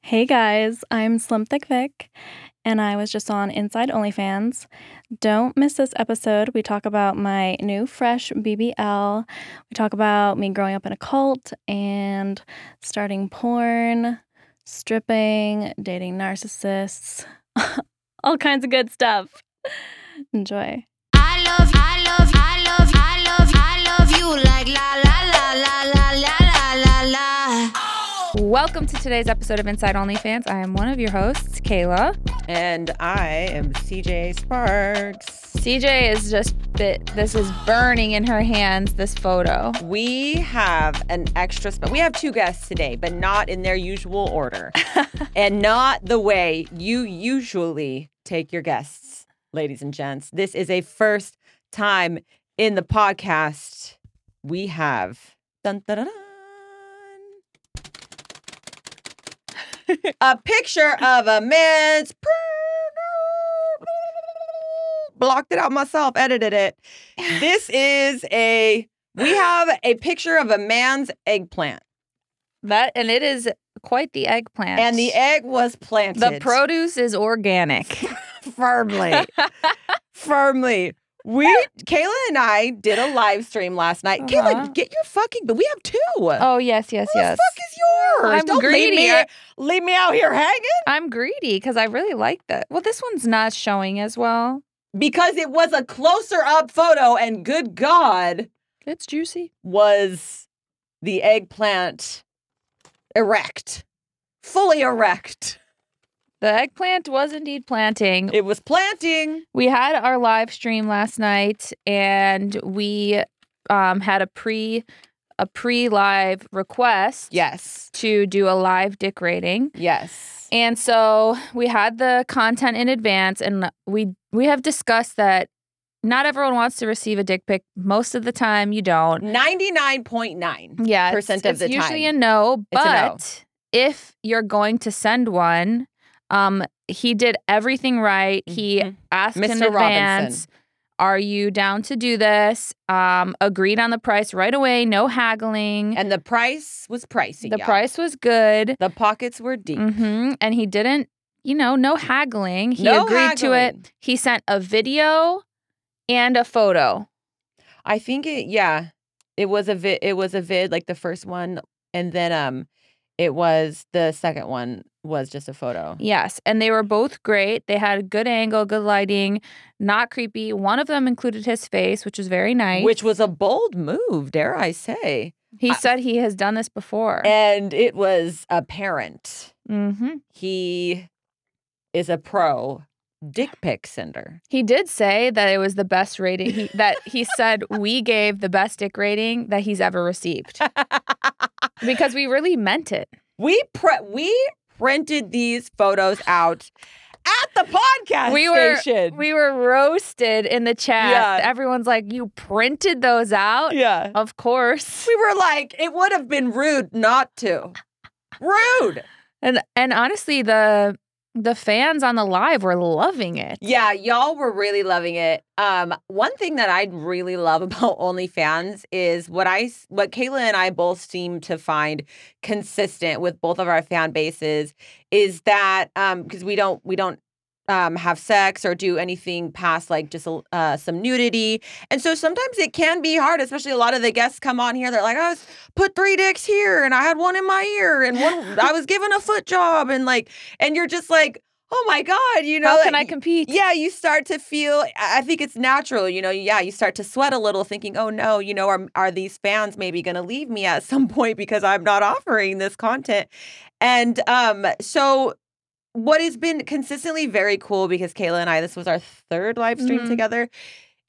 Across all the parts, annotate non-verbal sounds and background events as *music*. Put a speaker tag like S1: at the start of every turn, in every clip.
S1: Hey guys, I'm Slim Thick Vic, and I was just on Inside OnlyFans. Don't miss this episode. We talk about my new fresh BBL. We talk about me growing up in a cult and starting porn, stripping, dating narcissists, *laughs* all kinds of good stuff. Enjoy.
S2: I love, I love, I love, I love, I love you like la la la la la la la la la.
S3: Welcome to today's episode of Inside OnlyFans. I am one of your hosts, Kayla.
S4: And I am CJ Sparks.
S3: CJ is just bit. This is burning in her hands. This photo.
S4: We have an extra spe- We have two guests today, but not in their usual order *laughs* and not the way you usually take your guests, ladies and gents. This is a first time in the podcast. We have dun, dun, dun, dun. a picture of a man's blocked it out myself, edited *laughs* it. This is a we have a picture of a man's eggplant.
S3: That and it is quite the eggplant.
S4: And the egg was planted.
S3: the
S4: *laughs*
S3: produce is organic.
S4: firmly, firmly. We Kayla and I did a live stream last night.
S3: Uh-huh.
S4: Kayla, get your fucking. But we have two.
S3: *laughs* oh yes, yes,
S4: Who
S3: yes.
S4: the fuck is yours?
S3: I'm
S4: Don't
S3: greedy.
S4: Leave me,
S3: I-
S4: leave me out here hanging
S3: I'm greedy because I really like that. Well, this one's not showing as well.
S4: because it was a closer up photo, and good God,
S3: It's juicy.
S4: was the eggplant erect, fully erect.
S3: The eggplant was indeed planting.
S4: It was planting.
S3: We had our live stream last night and we um, had a pre a pre live request
S4: Yes.
S3: to do a live dick rating.
S4: Yes.
S3: And so we had the content in advance and we we have discussed that not everyone wants to receive a dick pic. Most of the time you don't.
S4: Ninety nine point nine.
S3: Yeah. it's-
S4: Percent of
S3: it's
S4: the
S3: usually
S4: time.
S3: a no,
S4: It's a no.
S3: but if you're going to send one, um he did everything right. He asked in
S4: Mr. Robinson.
S3: advance, are you down to do this? Um, agreed on the price right away, no haggling.
S4: And the price was pricey.
S3: the
S4: y'all.
S3: price was good.
S4: The pockets were deep.
S3: hmm And he didn't, you know, no haggling. He
S4: No
S3: agreed to it.
S4: haggling.
S3: He sent a video and a photo.
S4: Oh. I think it. Yeah, it was a vid. It was a vid like the first one, and then um, it was the second one was just a photo.
S3: Yes. And they were both great. They had a good angle, good lighting, not creepy. One of them included his face, which was very nice.
S4: Which was a bold move, dare I say.
S3: he
S4: I-
S3: said he has done this before.
S4: And it was apparent.
S3: hmm
S4: He is a pro dick pic sender.
S3: He did say that it was the best rating
S4: *laughs*
S3: he, that he said we gave the best dick rating that he's ever received because we really meant it.
S4: we pre- we printed these photos out at the podcast
S3: We were-
S4: station.
S3: We were roasted in the chat.
S4: Yeah.
S3: Everyone's like, "You printed those out?"
S4: yeah.
S3: Of
S4: *laughs*
S3: course.
S4: We were like, it would have been rude not to. Rude.
S3: And and honestly, the the fans on the live were loving it.
S4: Yeah, y'all were really loving it. Um, one thing that I really love *laughs* about OnlyFans is what I s- what Kayla and I both seem to find consistent with both of our fan bases is that um because we don't we don't um, have sex or do anything past like just a- uh, some nudity. And so sometimes it can be hard, especially a lot of the guests come on here. They're like, I was put three dicks here and I had one in my ear and one,
S3: *laughs*
S4: I was given a foot job. And like, and you're just like, oh my God, you know,
S3: How can
S4: like,
S3: I compete?
S4: yeah, you start to feel. I I think it's natural, you know. Yeah, you start to sweat a little, thinking, "Oh no, you know, are are these fans maybe going to leave me at some *laughs* point because I'm not offering this content?" And um, so what has been consistently very cool because Kayla and I, this was our third live stream
S3: Mhm.
S4: together.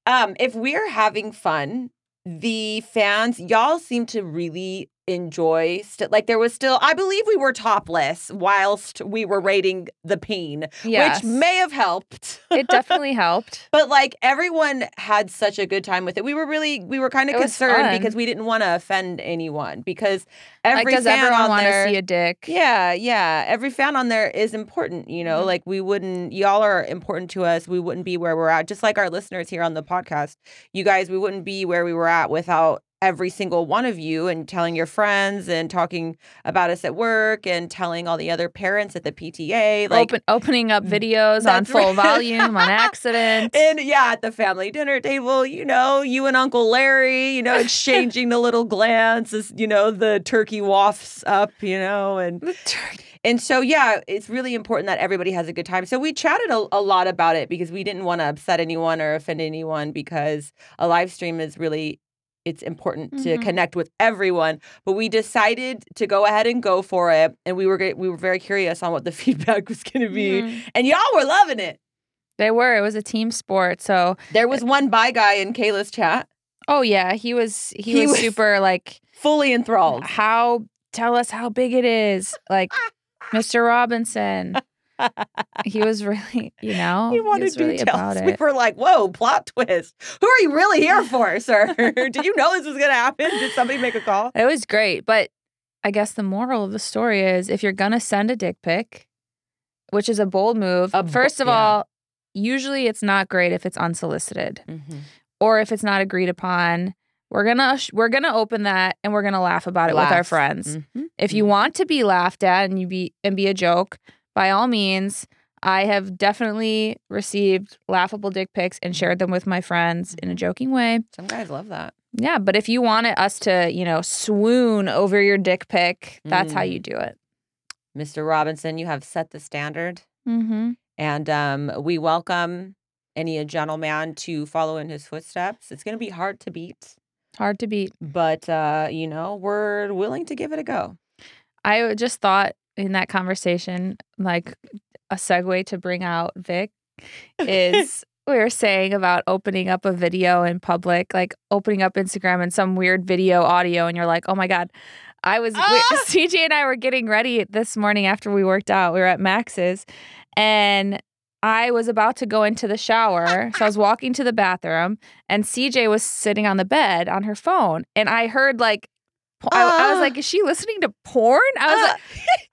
S4: Um, if we're having fun, the fans, y'all seem to really enjoy st- like there was still i believe we were topless whilst we were rating the peen
S3: Yes.
S4: which may *laughs* have helped
S3: it definitely helped.
S4: but like everyone had such a good time with it. We were really we were kind of
S3: It was
S4: concerned
S3: fun.
S4: because we didn't want to offend anyone because every
S3: like, does
S4: fan
S3: everyone
S4: on
S3: want to
S4: there
S3: see a dick?
S4: yeah, yeah. Every fan on there is important, you know.
S3: Mhm.
S4: Like we wouldn't y'all are important to us. We wouldn't be where we're at. Just like our listeners here on the podcast, you guys, we wouldn't be where we were at without every single one of you and telling your friends and talking about us at work and telling all the other parents at the PTA. Like, mm,
S3: Open, opening up videos on
S4: That's
S3: full
S4: right.
S3: volume
S4: *laughs*
S3: on accident.
S4: and yeah, at the family dinner table, you know, you and Uncle Larry, you know, exchanging the little glances, you know, the turkey wafts up, you know, and and so yeah, it's really important that everybody has a good time. So we chatted a, a lot about it because we didn't want to upset anyone or offend anyone because a live stream is really it's important to
S3: Mhm.
S4: connect with everyone. But we decided to go ahead and go for it, and we were g- we were very curious on what the *laughs* feedback was going to be,
S3: Mhm.
S4: and y'all were loving it.
S3: They were. It was a team sport. So,
S4: There was one by guy in Kayla's chat,
S3: oh yeah, he was he,
S4: He
S3: was,
S4: was-
S3: super like
S4: fully enthralled.
S3: how tell us how big it is. Like Mr. Robinson. He was really, you know,
S4: *laughs* he wanted
S3: was really
S4: details.
S3: about
S4: We
S3: it.
S4: were like, "Whoa, plot twist! Who are you really *laughs* here for, sir? Did you know this was going to happen? Did somebody make a call?"
S3: It was great, but I guess the moral of the story is if you're gonna send a dick pic, which is a bold move,
S4: A bo-
S3: first of
S4: yeah.
S3: all, usually it's not great if it's unsolicited
S4: Mm-hmm,
S3: or if it's not agreed upon. We're gonna sh- we're gonna open that and we're gonna laugh about it with our
S4: Laugh.
S3: friends.
S4: Mhm.
S3: If you want to be laughed at and you be and be a joke, by all means, I have definitely received laughable dick pics and shared them with my friends in a joking way.
S4: Some guys love that.
S3: Yeah, but if you wanted us to, you know, swoon over your dick pic, that's how you do it.
S4: Mr. Robinson, you have set the standard,
S3: Mm-hmm.
S4: and um, we welcome any gentleman to follow in his footsteps. It's going to be hard to beat,
S3: Hard to beat.
S4: but uh, you know we're willing to give it a go.
S3: I just thought in that conversation, like a segue to bring out Vic is we were saying about opening up a video in public, like opening up Instagram and some weird video audio, and you're like, oh my God. I was, we- *laughs*
S4: Ah!
S3: CJ and I were getting ready this morning after we worked out. We were at Max's and I was about to go into the shower. so I was walking to the bathroom and CJ was sitting on the bed on her phone. And I heard like, po- I, I was
S4: Ah.
S3: like, is she listening to porn? I was
S4: Uh,
S3: like,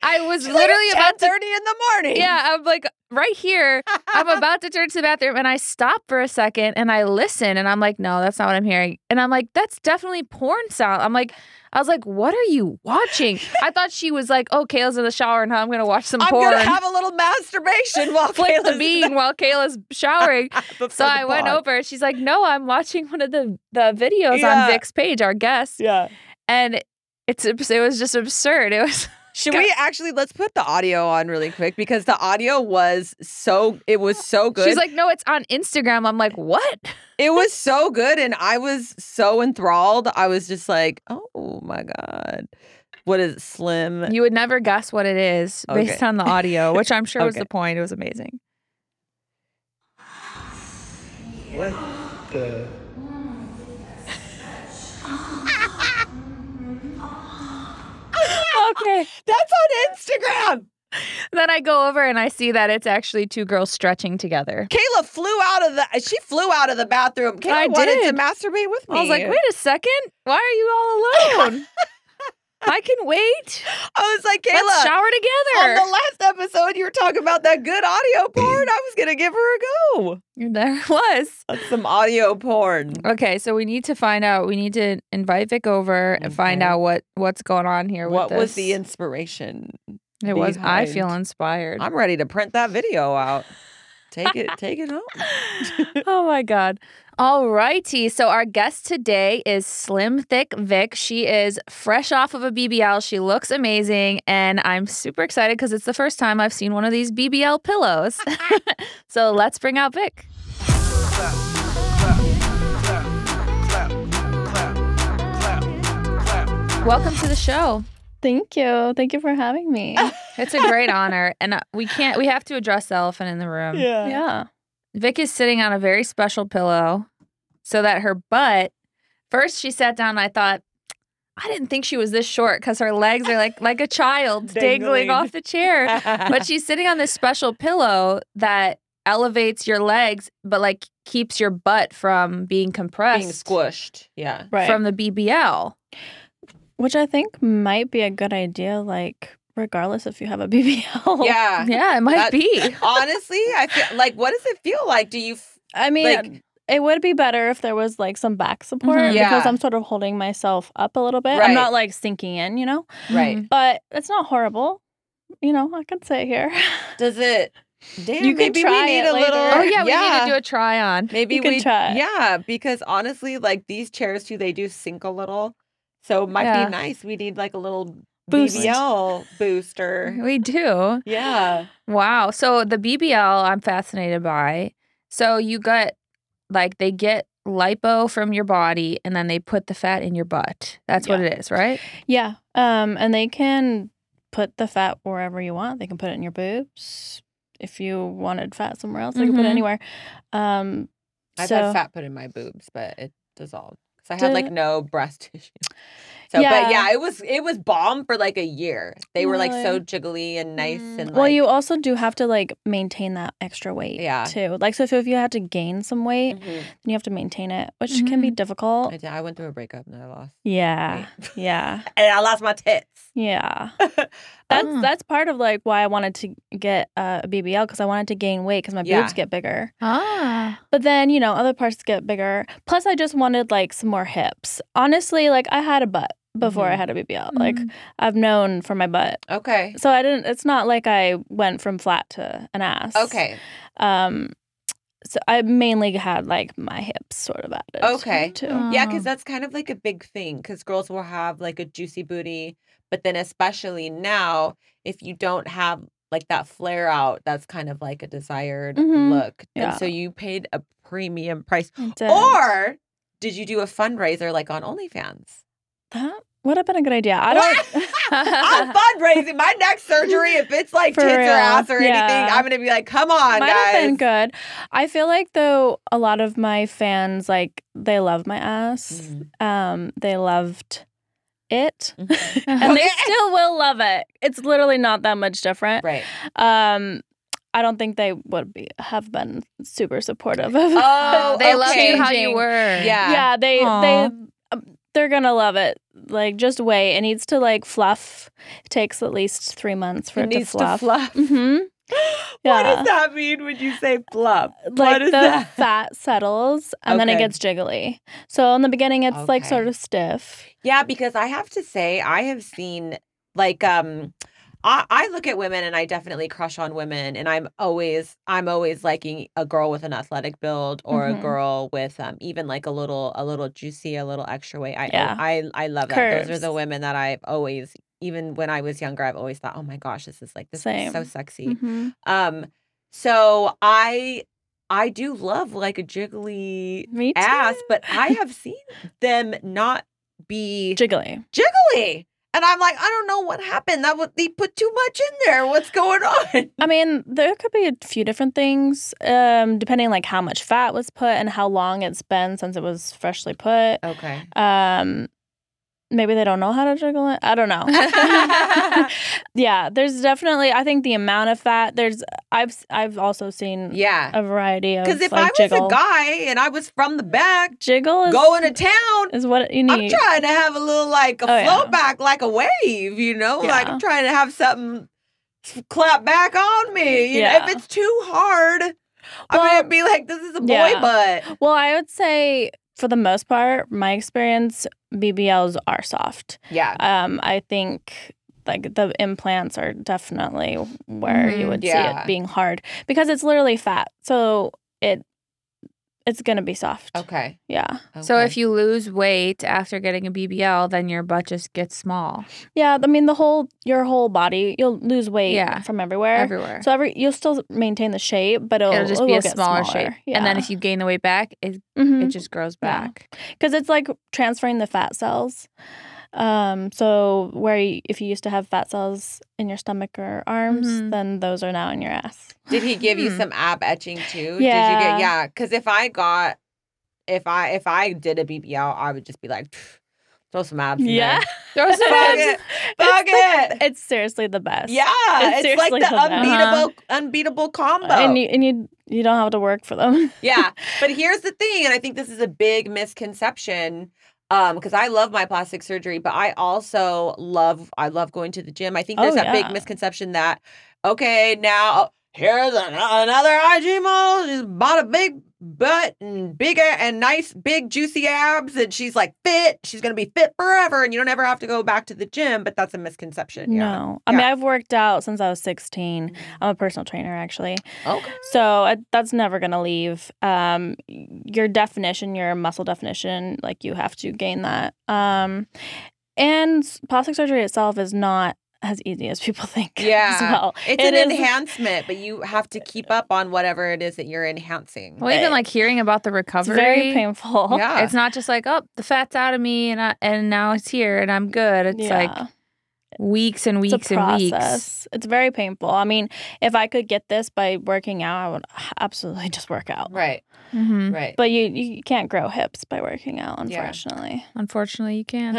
S3: I was literally about to.
S4: thirty Uh-huh. in the morning. *laughs*
S3: Yeah, I'm like right here. I'm about to turn to the bathroom, and I stop for a second, and I listen, and I'm like, no, that's not what I'm hearing. And I'm like, that's definitely porn sound. I'm like, I was like, what are you watching?
S4: *laughs*
S3: I thought she was like, oh, Kayla's in the shower, and I'm gonna watch some
S4: I'm
S3: porn, *laughs*
S4: gonna have a little masturbation while
S3: flick the
S4: Kayla's-
S3: bean while
S4: *laughs*
S3: Kayla's showering. *laughs*
S4: before
S3: So
S4: the
S3: I went
S4: pod.
S3: over. She's like, no, I'm watching one of the the videos
S4: Yeah.
S3: on Vic's page, our guest,
S4: Yeah.
S3: and it's it was just absurd. It was
S4: Should
S3: Go-
S4: we actually let's put the audio on really quick because the audio was so it was so good.
S3: She's like, no, it's on Instagram. I'm like, what?
S4: it was so good and I was so enthralled. I was just like, "Oh my god. What is it, slim?"
S3: You would never guess what it is based
S4: Okay.
S3: on the audio, which I'm sure was
S4: Okay.
S3: the point. It was amazing.
S5: What the?
S3: Okay.
S4: That's on Instagram.
S3: Then I go over and I see that it's actually two girls stretching together.
S4: Kayla flew out of the she flew out of the bathroom. Kayla
S3: I
S4: wanted to
S3: did.
S4: masturbate with me.
S3: I was like, wait a second. Why are you all
S4: *laughs*
S3: alone? I can wait.
S4: I was like, "Kayla,
S3: Let's shower
S4: on
S3: together.
S4: the last episode you were talking about that good audio porn. I was going to give her a go."
S3: there it was.
S4: That's some audio porn.
S3: Okay, so we need to find out. We need to invite Vic over and find
S4: Okay.
S3: out what what's going on here. with
S4: What was
S3: this.
S4: the inspiration?
S3: It was. I
S4: behind?
S3: feel inspired.
S4: I'm ready to print that video out. Take it, take it home.
S3: *laughs* oh my god. All righty. So our guest today is Slim Thick Vic. She is fresh off of a BBL. She looks amazing and I'm super excited cuz it's the first time I've seen one of these BBL pillows. *laughs* so let's bring out Vic. Welcome to the show.
S1: Thank you. Thank you for having
S4: *laughs*
S1: me.
S3: It's a great honor and uh, we can't we have to address the elephant in the room.
S1: yeah.
S3: Vic is sitting on a very special pillow so that her butt first she sat down and I thought I didn't think she was this short cuz her legs are like like a child
S4: *laughs*
S3: dangling.
S4: Dangling.
S3: off the chair but she's sitting on this special pillow that elevates your legs but like keeps your butt from being compressed
S4: *laughs* being squished. Yeah.
S1: Right.
S3: from the BBL
S1: Which I think might be a good idea, like, regardless if you have a BBL.
S4: Yeah.
S3: Oh, *laughs* yeah it might
S4: That-
S3: be
S4: Honestly, I feel like what does it feel like? Do you f-
S1: I mean,
S4: like
S1: it would be better if there was like some back support
S3: Mhm.
S1: because
S4: Mm-hmm. Yeah.
S1: I'm sort of holding myself up a little bit.
S4: Right.
S1: I'm not like sinking in, you know.
S4: Right.
S1: But it's not horrible. You know, I could sit here. *laughs*
S4: Does it? Damn,
S1: You could
S4: maybe
S1: try
S4: we need
S1: it
S4: a little.
S1: later.
S3: *laughs* Oh yeah, we need to do a try on.
S4: Maybe
S1: You can
S4: we
S1: try it.
S4: Yeah, because honestly, like these chairs too, they do sink a little. So it might
S3: Yeah.
S4: be nice. We need like a little
S1: Boost.
S4: BBL booster.
S3: We do.
S4: Yeah.
S3: Wow. So the BBL I'm fascinated by. So you get like they get lipo from your body and then they put the fat in your butt. That's what
S1: Yeah.
S3: it is, right?
S1: Yeah. Um, and they can put the fat wherever you want. They can put it in your boobs. If you wanted fat somewhere else, they can put it
S4: Mm-hmm.
S3: Mhm.
S1: anywhere. Um,
S4: I've
S1: so
S4: had fat put in my boobs, but it dissolved. Because I had like
S1: Did-
S4: no *laughs* breast tissue. So
S1: Yeah.
S4: but yeah, it was it was bomb for like a year. They were like so
S1: Really?
S4: jiggly and nice
S3: Mm.
S4: and
S1: well,
S4: like, *laughs*
S1: you also do have to like maintain that extra weight
S4: Yeah.
S1: too. Like, so if, if you had to gain some weight,
S4: Mhm.
S1: then you have to maintain it, which can be difficult.
S4: Mm-hmm. I, did- I went through a breakup and I lost.
S1: yeah,
S4: *laughs* weight.
S1: yeah,
S4: and I lost my tits. *laughs*
S1: yeah. That's
S4: Mm.
S3: Oh.
S1: that's part of like why I wanted to get uh, a BBL because I wanted to gain weight because my
S4: Yeah.
S1: boobs get bigger.
S3: Ah.
S1: But then, you know, other parts get bigger. Plus, I just wanted like some more hips. Honestly, like I had a butt before I
S4: Mhm.
S1: had a
S3: Uh,
S1: BBL. Like
S3: *laughs*
S1: I've known for my butt.
S4: Okay.
S1: So I didn't, it's not like I went from flat to an ass.
S4: Okay.
S1: Um, so I mainly had like my hips sort of added.
S4: Okay.
S1: Too.
S3: Mm.
S4: Yeah,
S3: Um,
S4: because that's kind of like a big thing. Because girls will have like a juicy booty, but then especially now, if you don't have like that flare out, that's kind of like a desired
S1: Mhm.
S4: look.
S1: Yeah.
S4: And so you paid a premium price.
S1: I did.
S4: Or did you do a fundraiser like on OnlyFans?
S1: that would have been a good idea. I don't.
S4: *laughs*
S1: *laughs*
S4: I'm fundraising my next surgery. If it's like
S1: For
S4: tits
S1: real.
S4: or ass or
S1: Yeah.
S4: anything, I'm gonna be like, come on,
S1: Might
S4: guys.
S1: have been good. I feel like though a lot of my fans like they love my ass.
S4: Mhm.
S1: Um, they loved
S4: *laughs*
S1: it.
S4: Mhm.
S1: *laughs* and they
S4: Okay.
S1: still will love it. It's literally not that much different. *laughs*
S4: Right.
S1: Um, I don't think they would be have been super supportive of. *laughs*
S4: Oh,
S3: they love you how
S1: Changing.
S3: you were.
S4: Yeah.
S1: yeah, they
S3: Aw.
S1: they um, they're gonna love it. Like just wait. It needs to like fluff. It takes at least three months for
S4: It
S1: it,
S4: needs
S1: to fluff.
S4: to fluff.
S1: hmm
S4: What
S1: Yeah.
S4: does that mean when you say fluff?
S1: Like
S4: what
S1: the
S4: is that?
S1: *laughs* fat settles and then it
S4: Okay.
S1: gets jiggly. So in the beginning, it's like
S4: Okay.
S1: sort of stiff.
S4: Yeah, because I have to say, I have seen like um I, I look at women and I definitely crush on women and I'm always I'm always liking a girl with an athletic build or
S1: Mhm.
S4: a girl with um even like a little a little juicy, a little extra weight. I
S1: Yeah.
S4: I, I love that. Those are the
S1: Curves.
S4: women that I've always even when I was younger, I've always thought, oh my gosh, this is like this is so
S1: Same.
S4: sexy.
S1: *laughs* Mhm.
S4: Um so I I do love like a jiggly
S1: Me too.
S4: ass, but
S1: *laughs*
S4: I have seen them not be
S1: jiggly.
S4: jiggly. And I'm like, I don't know what happened. That was they put too much in there. What's going
S1: *laughs*
S4: on?
S1: I mean, there could be a few different things, um, depending like how much fat was put and how long it's been since it was freshly put.
S4: *laughs* Okay.
S1: Um, maybe they don't know how to jiggle it. I don't
S4: *laughs*
S1: know. *laughs* yeah, there's definitely. I think the amount of fat. There's. I've I've also seen
S4: Yeah.
S1: a variety of.
S4: Because if
S1: like,
S4: I was
S1: jiggle.
S4: a guy and I was from the back
S1: jiggle is
S4: going to town,
S1: is what you
S4: I'm
S1: need.
S4: trying to have a little like a
S1: Oh,
S4: flow
S1: yeah.
S4: back, like a wave, you know? Like
S1: Yeah.
S4: I'm trying to have something s- clap back on me. You know,
S1: Yeah.
S4: if it's too hard, I'm
S1: Well,
S4: gonna be like, this is a boy
S1: yeah.
S4: butt.
S1: Well, I would say for the most part, my experience, BBLs are soft.
S4: Yeah.
S1: um, I think like the implants are definitely where you
S3: Mhm.
S1: would see
S4: Yeah.
S1: it being hard because it's literally fat, so it it's gonna be soft.
S4: Okay.
S1: Yeah,
S3: So if you lose weight after getting a BBL, then your butt just gets small
S1: yeah. I mean, the whole your whole body, you'll lose weight
S3: Yeah.
S1: from everywhere.
S3: everywhere.
S1: So every you'll still maintain the shape, but it'll,
S3: It'll just
S1: it
S3: be
S1: will
S3: a
S1: get
S3: smaller,
S1: Yeah.
S3: shape.
S1: Mm-hmm.
S3: And then if you gain the weight back, it, it just grows
S1: Yeah.
S3: back.
S1: because it's like transferring the fat cells. Um, so where you, if you used to have fat cells in your stomach or arms,
S4: Mm-hmm.
S3: Mhm.
S1: then those are now in your ass.
S4: Did he give you
S3: Hmm.
S4: some ab etching too? Did you
S1: Yeah.
S4: get yeah? Because if I got, if I if I did a BBL, I would just be like, "Pff, throw some abs. in there."
S1: Yeah.
S3: Throw some
S4: *laughs* Fuck
S3: abs.
S4: it.
S1: *laughs*
S4: Fuck
S1: it's
S4: it.
S1: the- *laughs* it's seriously the best.
S4: Yeah,
S1: It's
S4: it's, like
S1: seriously Uh-huh.
S4: the
S1: the best.
S4: unbeatable, unbeatable combo.
S1: And you and you you don't have to work for them. *laughs*
S4: yeah, *laughs* but here's the thing, and I think this is a big misconception. Um, because I love my plastic surgery, but I also love I love going to the gym. I think there's
S1: Oh,
S4: that
S1: yeah.
S4: big misconception that okay now oh, here's an- another IG model. She's bought a big butt and big a- and nice big juicy abs, and she's like fit. She's gonna be fit forever, and you don't ever have to go back to the gym. But that's a misconception. Yeah.
S1: No. I mean, I've worked out since I was 16. I'm a personal trainer, actually.
S4: Okay.
S1: So uh, that's never going to leave. Um, your definition, your muscle definition, like you have to gain that. Um, and s- plastic surgery itself is not as easy as people *laughs* think. As
S4: Yeah.
S1: well.
S4: It's
S1: It
S4: an
S1: is-
S4: enhancement, but you have to keep up on whatever it is that you're enhancing.
S3: Well, even like hearing about the
S1: It's
S3: recovery.
S1: very painful.
S4: yeah.
S3: It's not just like, oh, the fat's out of me and I, and now it's here and I'm good. It's like
S1: Yeah.
S3: weeks and
S1: it's a
S3: weeks and weeks.
S1: process. It's very painful. I mean, if I could get this by working out, I would absolutely *laughs* just work out.
S4: right.
S3: hmm
S4: Right.
S1: *laughs* But you you can't grow hips by working out,
S4: Yeah.
S1: unfortunately.
S3: Unfortunately, you can't.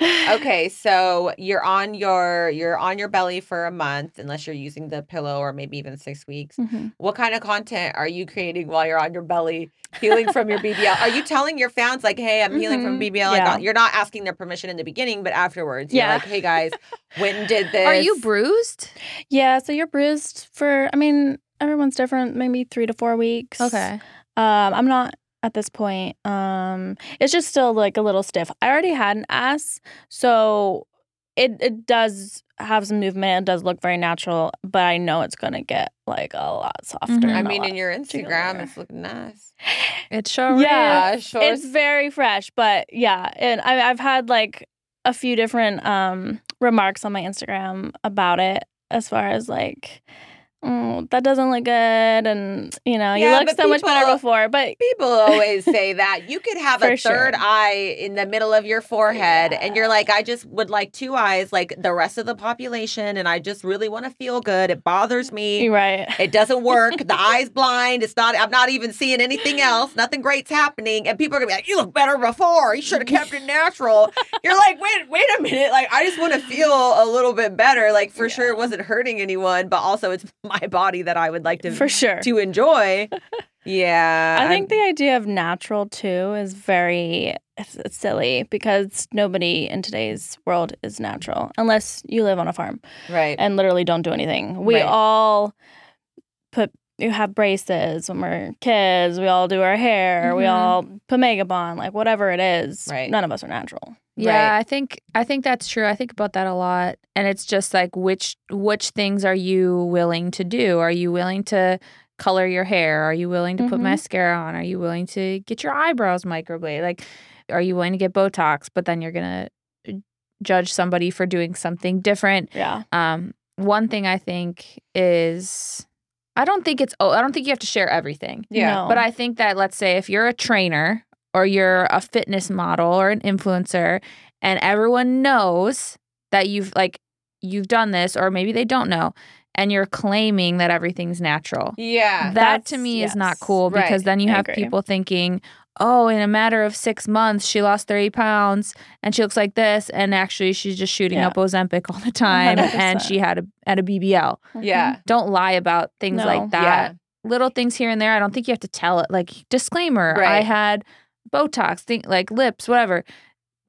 S4: okay, so you're on your you're on your belly for a month unless you're using the pillow or maybe even 6 weeks.
S3: Mm-hmm.
S1: Mhm.
S4: What kind of content are you creating while you're on your belly healing from your BBL? Are you telling your fans like, "Hey, I'm healing from
S1: Mhm,
S4: BBL." I
S1: yeah.
S4: got- you're not asking their permission in the beginning, but afterwards you're
S1: Yeah.
S4: like, "Hey guys, went
S1: *laughs*
S4: and did this."
S3: Are you bruised?
S1: Yeah, so you're bruised for I mean, everyone's different, maybe 3 to 4 weeks. Um, I'm not at this point. Um, it's just still like a little stiff. I already had an ass, so it it does have some movement. It does look very natural, but I know it's gonna get like a lot softer.
S3: Mhm.
S4: Mm-hmm. I
S1: and a
S4: mean,
S1: lot
S4: in your Instagram,
S1: jiggler.
S4: it's looking nice.
S3: It's sure
S1: Yeah.
S4: Yeah, sure.
S1: it's very fresh but yeah and I, i've had like a few different um remarks on my instagram about it as far as like oh, that doesn't look good and you know
S4: Yeah,
S1: you look
S4: but
S1: so much better
S4: people-
S1: before but
S4: People always say that you could have a
S1: For sure.
S4: third eye in the middle of your forehead, and you're like, I just would like two eyes, like the rest of the population, and I just really want to feel good. It bothers me.
S1: you're right
S4: It doesn't work. the eye's blind. It's not. I'm not even seeing anything else. Nothing great's happening, and people are gonna be like, "You look better before. You should have kept it natural." You're like, "Wait, wait a minute. Like, I just want to feel a little bit better. Like, for sure, it wasn't hurting anyone, but also it's *laughs* my body that I would like
S1: *laughs*
S4: to
S1: for sure *laughs*
S4: to enjoy. Yeah.
S1: i
S4: I'm-
S1: think the idea of natural too is very it's- it's silly because nobody in today's world is natural unless you live on a farm
S4: right.
S1: and literally don't do anything. We
S4: Right.
S1: all put you have braces when we're kids. We all do our hair. We
S3: Mhm.
S1: all put makeup on, like whatever it is.
S4: Mm-hmm. Right.
S1: None of us are natural.
S3: Yeah,
S4: Right.
S3: I think I think that's true. I think about that a lot, and it's just like which which things are you willing to do? Are you willing to color your hair? Are you willing to put
S1: Mhm.
S3: mascara on? Are you willing to get your eyebrows microbladed? Like, are you willing to get Botox? But then you're gonna uh, judge somebody for doing something different.
S1: Yeah.
S3: Um, one thing I think is I don't think it's oh I don't think you have to share everything.
S4: Yeah.
S1: No.
S3: But I think that let's say if you're a trainer or you're a fitness model or an influencer and everyone knows that you've like you've done this or maybe they don't know and you're claiming that everything's natural.
S4: Yeah.
S3: That to
S1: That's-
S3: me is not
S1: yes.
S3: cool because
S4: Right.
S3: then you
S1: I
S3: have
S1: agree.
S3: people thinking, "Oh, in a matter of 6 months she lost 30 pounds and she looks like this and actually she's just shooting
S1: Yeah.
S3: up Ozempic all the time and
S1: 100%.
S3: she had a at a BBL."
S1: Mm-hmm.
S4: Yeah.
S3: Don't lie about things
S1: No.
S3: like that
S4: Yeah.
S3: little things here and there. I don't think you have to tell it. Like disclaimer, I
S4: Right.
S3: had Botox, think like lips, whatever.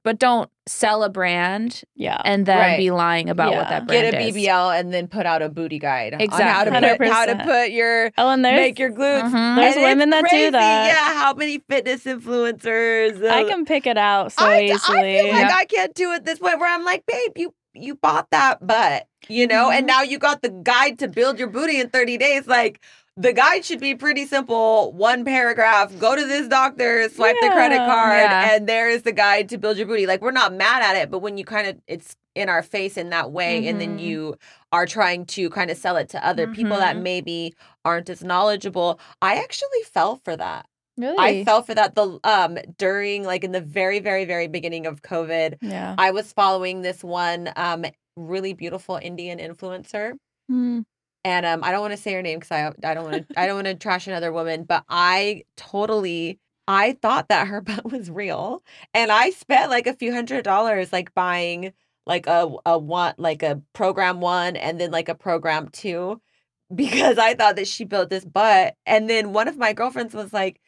S3: But don't sell a brand
S1: Yeah.
S3: and then
S4: Right.
S3: be lying about what
S1: Yeah.
S3: that brand
S4: Get a
S3: is.
S4: BBL and then put out a booty guide on how
S3: Exactly.
S4: to put, how to
S1: 100%.
S4: put your
S1: oh, and there's Mm-hmm.
S4: make your glutes.
S3: Mhm.
S1: There's
S4: And it's
S1: women that do
S4: crazy,
S1: that.
S4: Yeah, how many fitness influencers? uh,
S1: I can pick it out so
S4: I, I
S1: easily.
S4: feel like I can't do it this way. Where I'm like, babe, you you bought that butt, you know, and
S1: Mm-hmm.
S4: now you got the guide to build your booty in 30 days. Like the guide should be pretty simple. One paragraph. Go to this doctor, swipe the credit
S1: Yeah.
S4: card,
S3: Yeah.
S4: and there is the guide to build your booty. Like we're not mad at it, but when you kind of it's in our face in that way, and then
S3: Mhm.
S1: Mm-hmm.
S4: you are trying to kind of sell it to other people that
S3: Mhm.
S4: maybe aren't as knowledgeable. I actually fell for that.
S3: Really?
S4: I fell for that the um during like in the very very very beginning of COVID.
S1: yeah.
S4: I was following this one um really beautiful Indian influencer
S1: Mm.
S4: and um I don't want to say her name cuz I I don't want to I don't want to trash another woman, but I totally I thought that her *laughs* butt was real and I spent like a few hundred dollars like buying like a a one like a program 1 and then like a program 2 *laughs* because I thought that she built this butt and then one of my girlfriends was like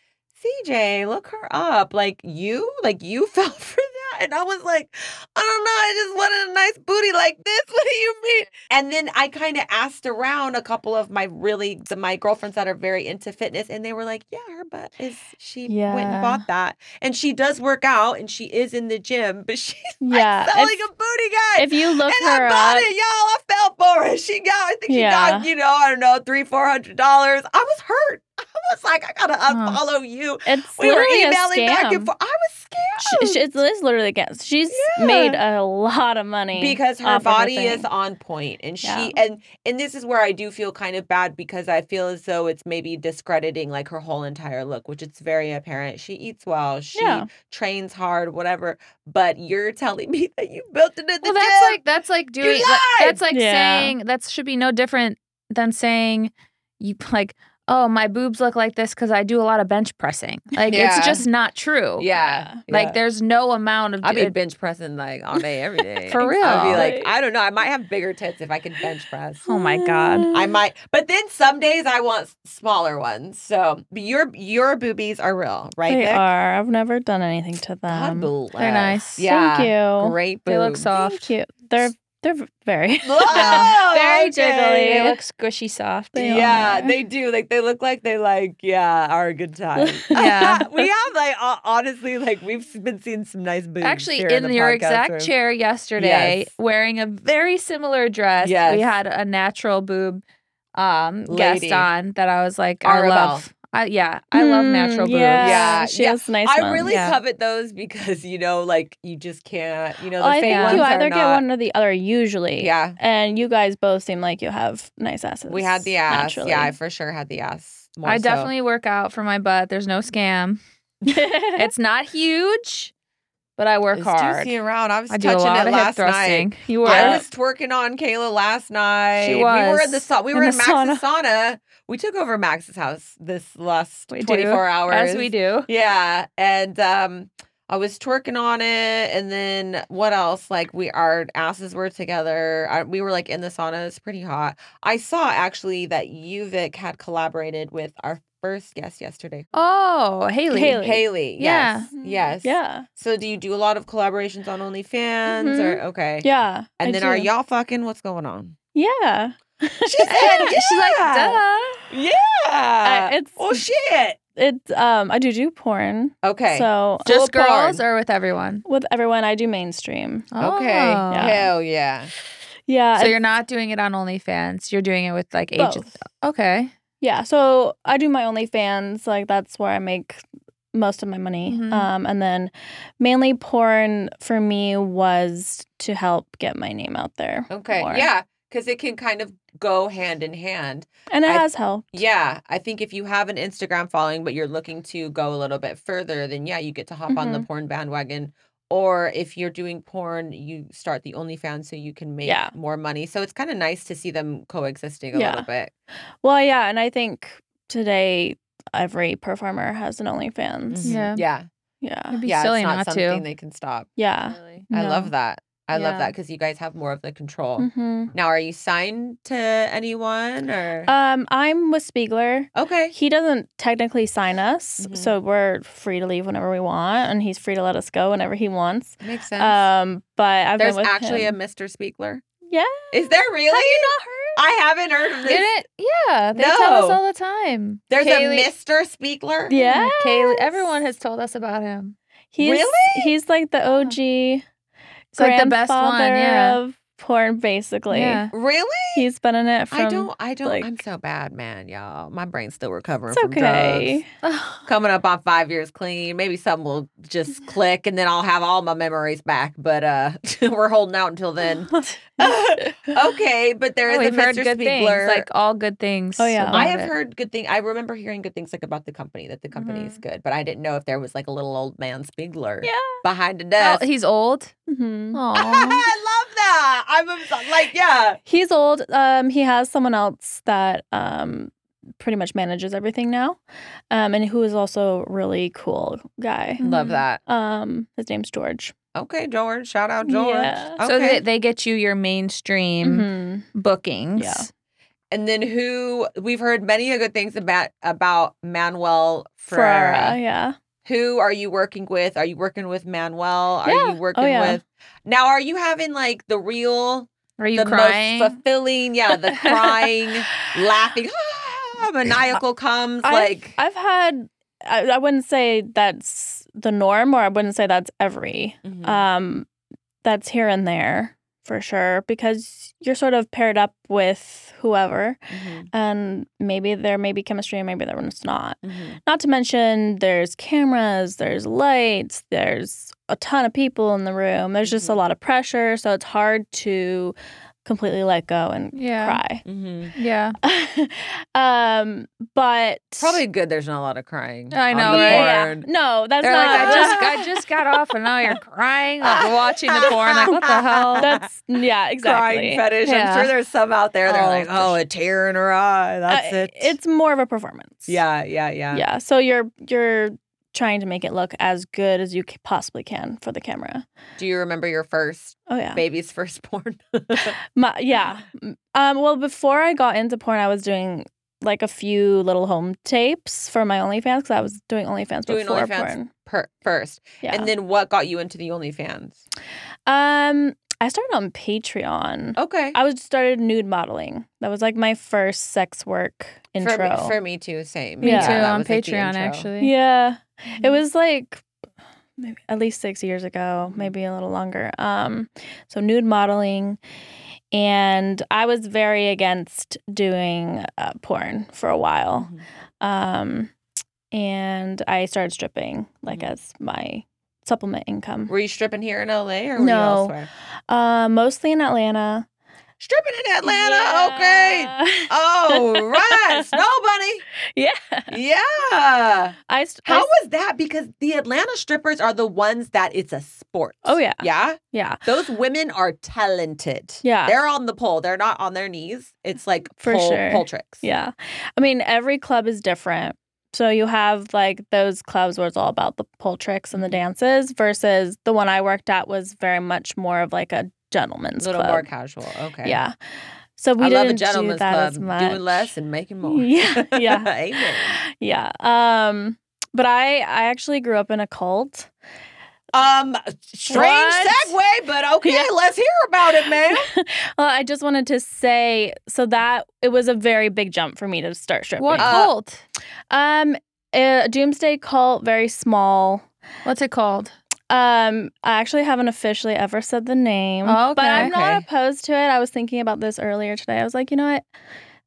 S4: CJ, look her up. Like you, *laughs* like you fell for that. And I was like, I don't know. I just wanted a nice booty like this. *laughs* What do you mean? And then I kind of asked around a couple of my really my girlfriends that are very into fitness, and they were like, Yeah, her butt is. She went
S1: Yeah.
S4: and bought that, and she does work out, and she is in the gym, but *laughs* she's
S1: Yeah.
S4: like selling
S1: if,
S4: a booty guy.
S1: if you look
S4: and
S1: her
S4: I bought
S1: up,
S4: it, y'all. I fell for it. She got, I think she
S1: Yeah.
S4: got, you know, I don't know, three, four hundred dollars. I was hurt. *laughs* I was like, I gotta unfollow you.
S1: it's
S4: We were
S1: literally
S4: emailing
S1: a scam.
S4: back and forth. I was
S1: She,
S4: scared.
S1: she, it's it's literally a scam. She's
S4: Oh. Yeah.
S1: made a lot of money
S4: because her
S1: off of
S4: body is
S1: thing.
S4: on point and she
S1: Yeah.
S4: and and this is where i do feel kind of bad because i feel as though it's maybe discrediting like her whole entire look which it's very apparent she eats well she
S1: Yeah.
S4: trains hard whatever but you're telling *laughs* me that you built it in the
S3: Well,
S4: gym
S3: that's like that's like doing
S4: lied!
S3: that- that's like
S1: Yeah.
S3: saying that should be no different than saying you *laughs* like oh my boobs look like this because I do a lot of bench pressing. Like
S4: Yeah.
S3: it's just not true.
S4: yeah,
S3: Like
S4: yeah.
S3: there's no amount of
S4: I'd be
S3: it-
S4: bench pressing like all day, every day.
S3: For
S4: *laughs* I'd be
S3: real.
S4: like, I don't know. I might have bigger tits if I can bench press.
S3: oh my god.
S4: I might, but then some days I want s- smaller ones. So but your your boobies are real, right?
S1: They
S4: Vic?
S1: are. I've never done anything to
S4: God
S1: them.
S4: bless.
S3: um, they're nice.
S4: Yeah.
S1: Thank you.
S4: Great boobs.
S3: They look soft.
S1: Thank you. They're they're v- very. *laughs*
S3: *laughs*
S4: Oh,
S3: Very
S4: okay.
S3: jiggly. They look squishy soft.
S1: They
S3: *laughs*
S4: yeah,
S1: are.
S4: they do. Like they look like they like yeah are a good time.
S3: *laughs* Yeah.
S4: *laughs* we have like ho- honestly like we've been seeing some nice
S3: *laughs*
S4: boobs.
S3: Actually,
S4: here
S3: in
S4: the
S3: your
S4: podcast
S3: exact
S4: room.
S3: chair yesterday,
S4: Yes.
S3: wearing a very similar dress,
S4: Yes.
S3: we had a natural boob um,
S4: Lady.
S3: guest on that I was like, I
S4: Arabelle.
S3: love. I, yeah, I love
S1: Mm,
S3: natural boobs.
S1: Yeah,
S4: Yeah,
S1: she
S4: yeah.
S1: has nice.
S4: I
S1: ones.
S4: really
S3: Yeah.
S4: covet those because you know, like you just can't. You know, the
S1: I
S4: fake
S1: think
S4: ones
S1: you
S4: are
S1: either get
S4: not-
S1: one or the other usually.
S4: Yeah,
S1: And you guys both seem like you have nice asses.
S4: we had the ass.
S1: Naturally.
S4: Yeah, I for sure had the ass. more
S3: I
S4: so.
S3: definitely work out for my butt. There's no
S4: *laughs*
S3: scam.
S1: *laughs* it's
S3: It's not huge, but I work
S4: It's
S3: hard.
S4: juicy around. I was
S3: I do a
S4: touching
S3: lot of
S4: it
S3: hip
S4: last night.
S3: thrusting. You were.
S4: I
S1: Yeah.
S4: was twerking on Kayla last night.
S3: She
S4: We were
S3: was
S4: in the sauna. We were
S3: in
S4: in,
S3: the
S4: Max's sauna. We took over Max's house this last
S3: We do,
S4: 24 hours.
S3: as we do.
S4: Yeah. And um I was twerking on it and then what else? Like we our asses were together. I, we were like in the sauna. It's pretty hot. I saw actually that you Vic had collaborated with our first guest yesterday.
S3: Oh, Haley.
S1: Haley.
S4: Haley.
S3: Yeah.
S4: Yes. *laughs* Yes.
S1: yeah, Mm-hmm.
S4: So do you do a lot of collaborations on OnlyFans or okay?
S1: yeah.
S4: And
S1: I
S4: then are
S1: do.
S4: y'all fucking? What's going
S1: *laughs*
S4: on?
S1: Yeah,
S4: She *laughs* said,
S3: *laughs* She's like, duh.
S4: Yeah.
S1: I- it's
S4: oh shit.
S1: it's um. I do do porn.
S4: Okay.
S1: So
S3: Just
S4: Full porn.
S3: girls or with everyone?
S1: with everyone, I do mainstream.
S4: okay.
S3: Oh.
S1: Yeah.
S4: Hell yeah.
S1: Yeah.
S3: So
S1: it-
S3: you're not doing it on OnlyFans. You're doing it with like
S1: Both.
S3: agents. Okay.
S1: yeah. So I do my OnlyFans. Like that's where I make most of my money.
S3: Mhm.
S4: Mm-hmm.
S1: Um, and then mainly porn for me was to help get my name out there.
S4: Okay.
S1: more.
S4: Yeah. Because it can kind of go hand in hand.
S1: and it
S4: I-
S1: has helped.
S4: Yeah. I think if you have an Instagram following, but you're looking to go a little bit further, then yeah, you get to hop on the porn bandwagon. Or if you're doing porn, you start the OnlyFans so you can make
S1: Yeah.
S4: more money. So it's kind of nice to see them coexisting a
S1: Yeah.
S4: little bit.
S1: Well, yeah, and I think today every performer has an OnlyFans.
S3: Mhm. Yeah.
S4: Yeah.
S1: Yeah.
S3: It'd be
S4: yeah.
S3: silly
S4: it's not,
S3: not,
S4: something
S3: to.
S4: they can stop.
S1: Yeah.
S4: I love
S3: No.
S4: that. I love
S3: Yeah.
S4: that because you guys have more of the control.
S1: hmm
S4: Now, are you signed to anyone or?
S1: Um, I'm with Spiegler.
S4: okay.
S1: He doesn't technically sign us,
S3: Mm-hmm.
S4: Mhm.
S1: so we're free to leave whenever we want, and he's free to let us go whenever he wants.
S4: Makes sense.
S1: Um, but I've
S4: There's
S1: been with
S4: actually
S1: him.
S4: a Mr. Spiegler.
S1: yeah.
S4: Is there really?
S1: Have you not heard?
S4: I haven't heard of this. *laughs*
S3: Didn't, yeah, they tell us
S4: No.
S3: all the time.
S4: There's
S3: Kaylee-
S4: a Mr. Spiegler.
S1: Yeah.
S3: Kaylee, everyone has told us about him.
S1: He's,
S4: Really?
S1: He's like the OG.
S3: It's like the best one,
S1: grandfather
S3: yeah.
S1: Of porn, basically.
S4: *laughs*
S3: Yeah.
S4: Really?
S1: He's been in it from.
S4: I don't. I don't. I'm
S1: like-
S4: so bad, man, y'all. My brain's still recovering
S1: It's *laughs*
S4: from
S1: okay.
S4: drugs.
S3: Oh,
S4: Coming up on five years clean. Maybe something will *laughs* just click, and then I'll have all my memories back. But uh *laughs* we're holding out until then. *gasps* okay, but there
S3: *laughs*
S4: is
S3: Oh,
S4: a
S3: we've
S4: Mr.
S3: heard good things,
S4: Spiegler.
S3: like all good things.
S1: Oh, yeah.
S3: about
S4: I have
S3: it.
S4: heard good things. I remember hearing good things like about the company that the company is good, but I didn't know if there was like a little old man Spiegler
S1: Yeah.
S4: behind the
S3: Oh,
S4: desk.
S3: he's old.
S1: Mhm.
S3: Aw.
S4: *laughs* I love that. I'm obs- like, yeah.
S1: He's old. Um, he has someone else that um pretty much manages everything now, um, and who is also a really cool guy.
S4: Love
S3: Mhm.
S4: that.
S1: Um, his name's George.
S4: Okay, George. Shout out George.
S1: Yeah.
S4: Okay.
S3: So they, they get you your mainstream
S1: Mhm.
S3: bookings.
S1: Yeah.
S4: and then who we've heard many a good things about about Manuel Ferrara.
S1: Ferrara, yeah.
S4: Who are you working with? Are you working with Manuel? Are
S3: Oh,
S1: Yeah.
S4: you working
S1: yeah.
S4: with now? Are you having like the real,
S3: Are you
S4: the
S3: crying?
S4: most fulfilling?
S3: *laughs*
S4: Yeah, the
S1: *laughs*
S4: crying, laughing, *laughs* ah, maniacal comes
S1: I've-
S4: like
S1: I've had. I, I wouldn't say that's the norm, or I wouldn't say that's every.
S4: Mhm.
S3: uh,
S1: Um, that's here and there for sure because you're sort of paired up with whoever,
S4: Mhm.
S1: and maybe there may be chemistry, and maybe there one's not.
S4: Mhm.
S1: Not to mention there's cameras, there's lights, there's a ton of people in the room. There's just a
S4: Mhm.
S1: lot of pressure, so it's hard to completely let go and
S3: Yeah.
S1: cry.
S4: Mhm.
S3: Yeah.
S1: *laughs* um, but
S4: Probably good. There's not a lot of crying.
S3: I
S4: on
S3: know,
S4: the
S3: right?
S1: yeah.
S4: board.
S1: No, that's
S3: They're
S1: not.
S3: like, I just, I just got off, and now you're crying, like watching the porn. Like, what the
S1: *laughs*
S3: hell?
S4: *laughs*
S1: that's yeah, exactly.
S4: Crying fetish.
S3: Yeah.
S4: I'm sure there's some out there. They're
S3: Oh,
S4: like,
S3: for
S4: oh,
S3: sure.
S4: a tear in her eye.
S1: Uh,
S4: That's it.
S1: It's more of a performance.
S4: yeah, yeah, yeah,
S1: Yeah. So you're you're trying to make it look as good as you c- possibly can for the camera.
S4: Do you remember your first
S1: Oh yeah.
S4: baby's *laughs* first porn?
S1: My, yeah. M- Um, well, before I got into porn, I was doing like a few little home tapes for my OnlyFans because I was doing OnlyFans
S4: Doing
S1: before
S4: OnlyFans.
S1: porn.
S4: per- first,
S1: Yeah.
S4: and then what got you into the OnlyFans?
S1: um, I started on Patreon.
S4: Okay,
S1: I was started nude modeling. That was like my first sex work intro.
S4: For, me- for me too. Same.
S1: Me
S3: Me
S1: Yeah.
S3: too
S1: too,
S4: that
S3: on
S4: was, like, the
S3: Patreon,
S4: intro.
S3: actually.
S1: Yeah. It
S4: Mm-hmm.
S3: Mhm.
S1: was like maybe at least six years ago, maybe a little longer. Um, so nude modeling, and I was very against doing uh, porn for a while,
S4: Mhm.
S1: um, and I started stripping like
S4: Mhm.
S1: as my supplement income,
S4: Were you stripping here in LA or were you
S1: No.
S4: elsewhere?
S1: uh, mostly in Atlanta.
S4: Stripping in Atlanta. Okay. Oh,
S1: Yeah. *laughs*
S4: All right, Snow
S1: yeah.
S4: Bunny. Yeah.
S1: I, st- I
S4: How
S1: s-
S4: was that? Because the Atlanta strippers are the ones that it's a sport.
S1: Oh, yeah.
S4: Yeah.
S1: yeah.
S4: Those women are talented.
S1: Yeah. Mm,
S4: They're on the pole. They're not on their knees. It's like
S1: For
S4: pole,
S1: sure.
S4: pole tricks.
S1: Yeah. I mean, every club is different. So you have like those clubs where it's all about the pole tricks and the
S4: Mm-hmm.
S1: dances versus the one I worked at was very much more of like a
S4: A
S1: gentleman's
S4: little
S1: club.
S4: more casual. Okay.
S1: Yeah. So we
S4: I
S1: didn't
S4: love a gentleman's
S1: do that
S4: club.
S1: as much.
S4: Doing less and making
S1: *laughs*
S4: more. *laughs*
S1: Yeah, yeah.
S4: Amen.
S1: Yeah. Um but I I actually grew up in a cult.
S4: Um, strange
S1: What?
S4: segue, but okay,
S1: Yeah.
S4: let's hear about it, man.
S1: Well, Uh, I just wanted to say so that it was a very big jump for me to start stripping.
S3: What
S4: Uh,
S3: cult?
S1: Um a doomsday cult, very small.
S3: What's it called?
S1: Um, I actually haven't officially ever said the name,
S3: Oh,
S1: but
S3: okay.
S1: I'm not
S4: Okay.
S1: opposed to it. I was thinking about this earlier today. I was like, you know what?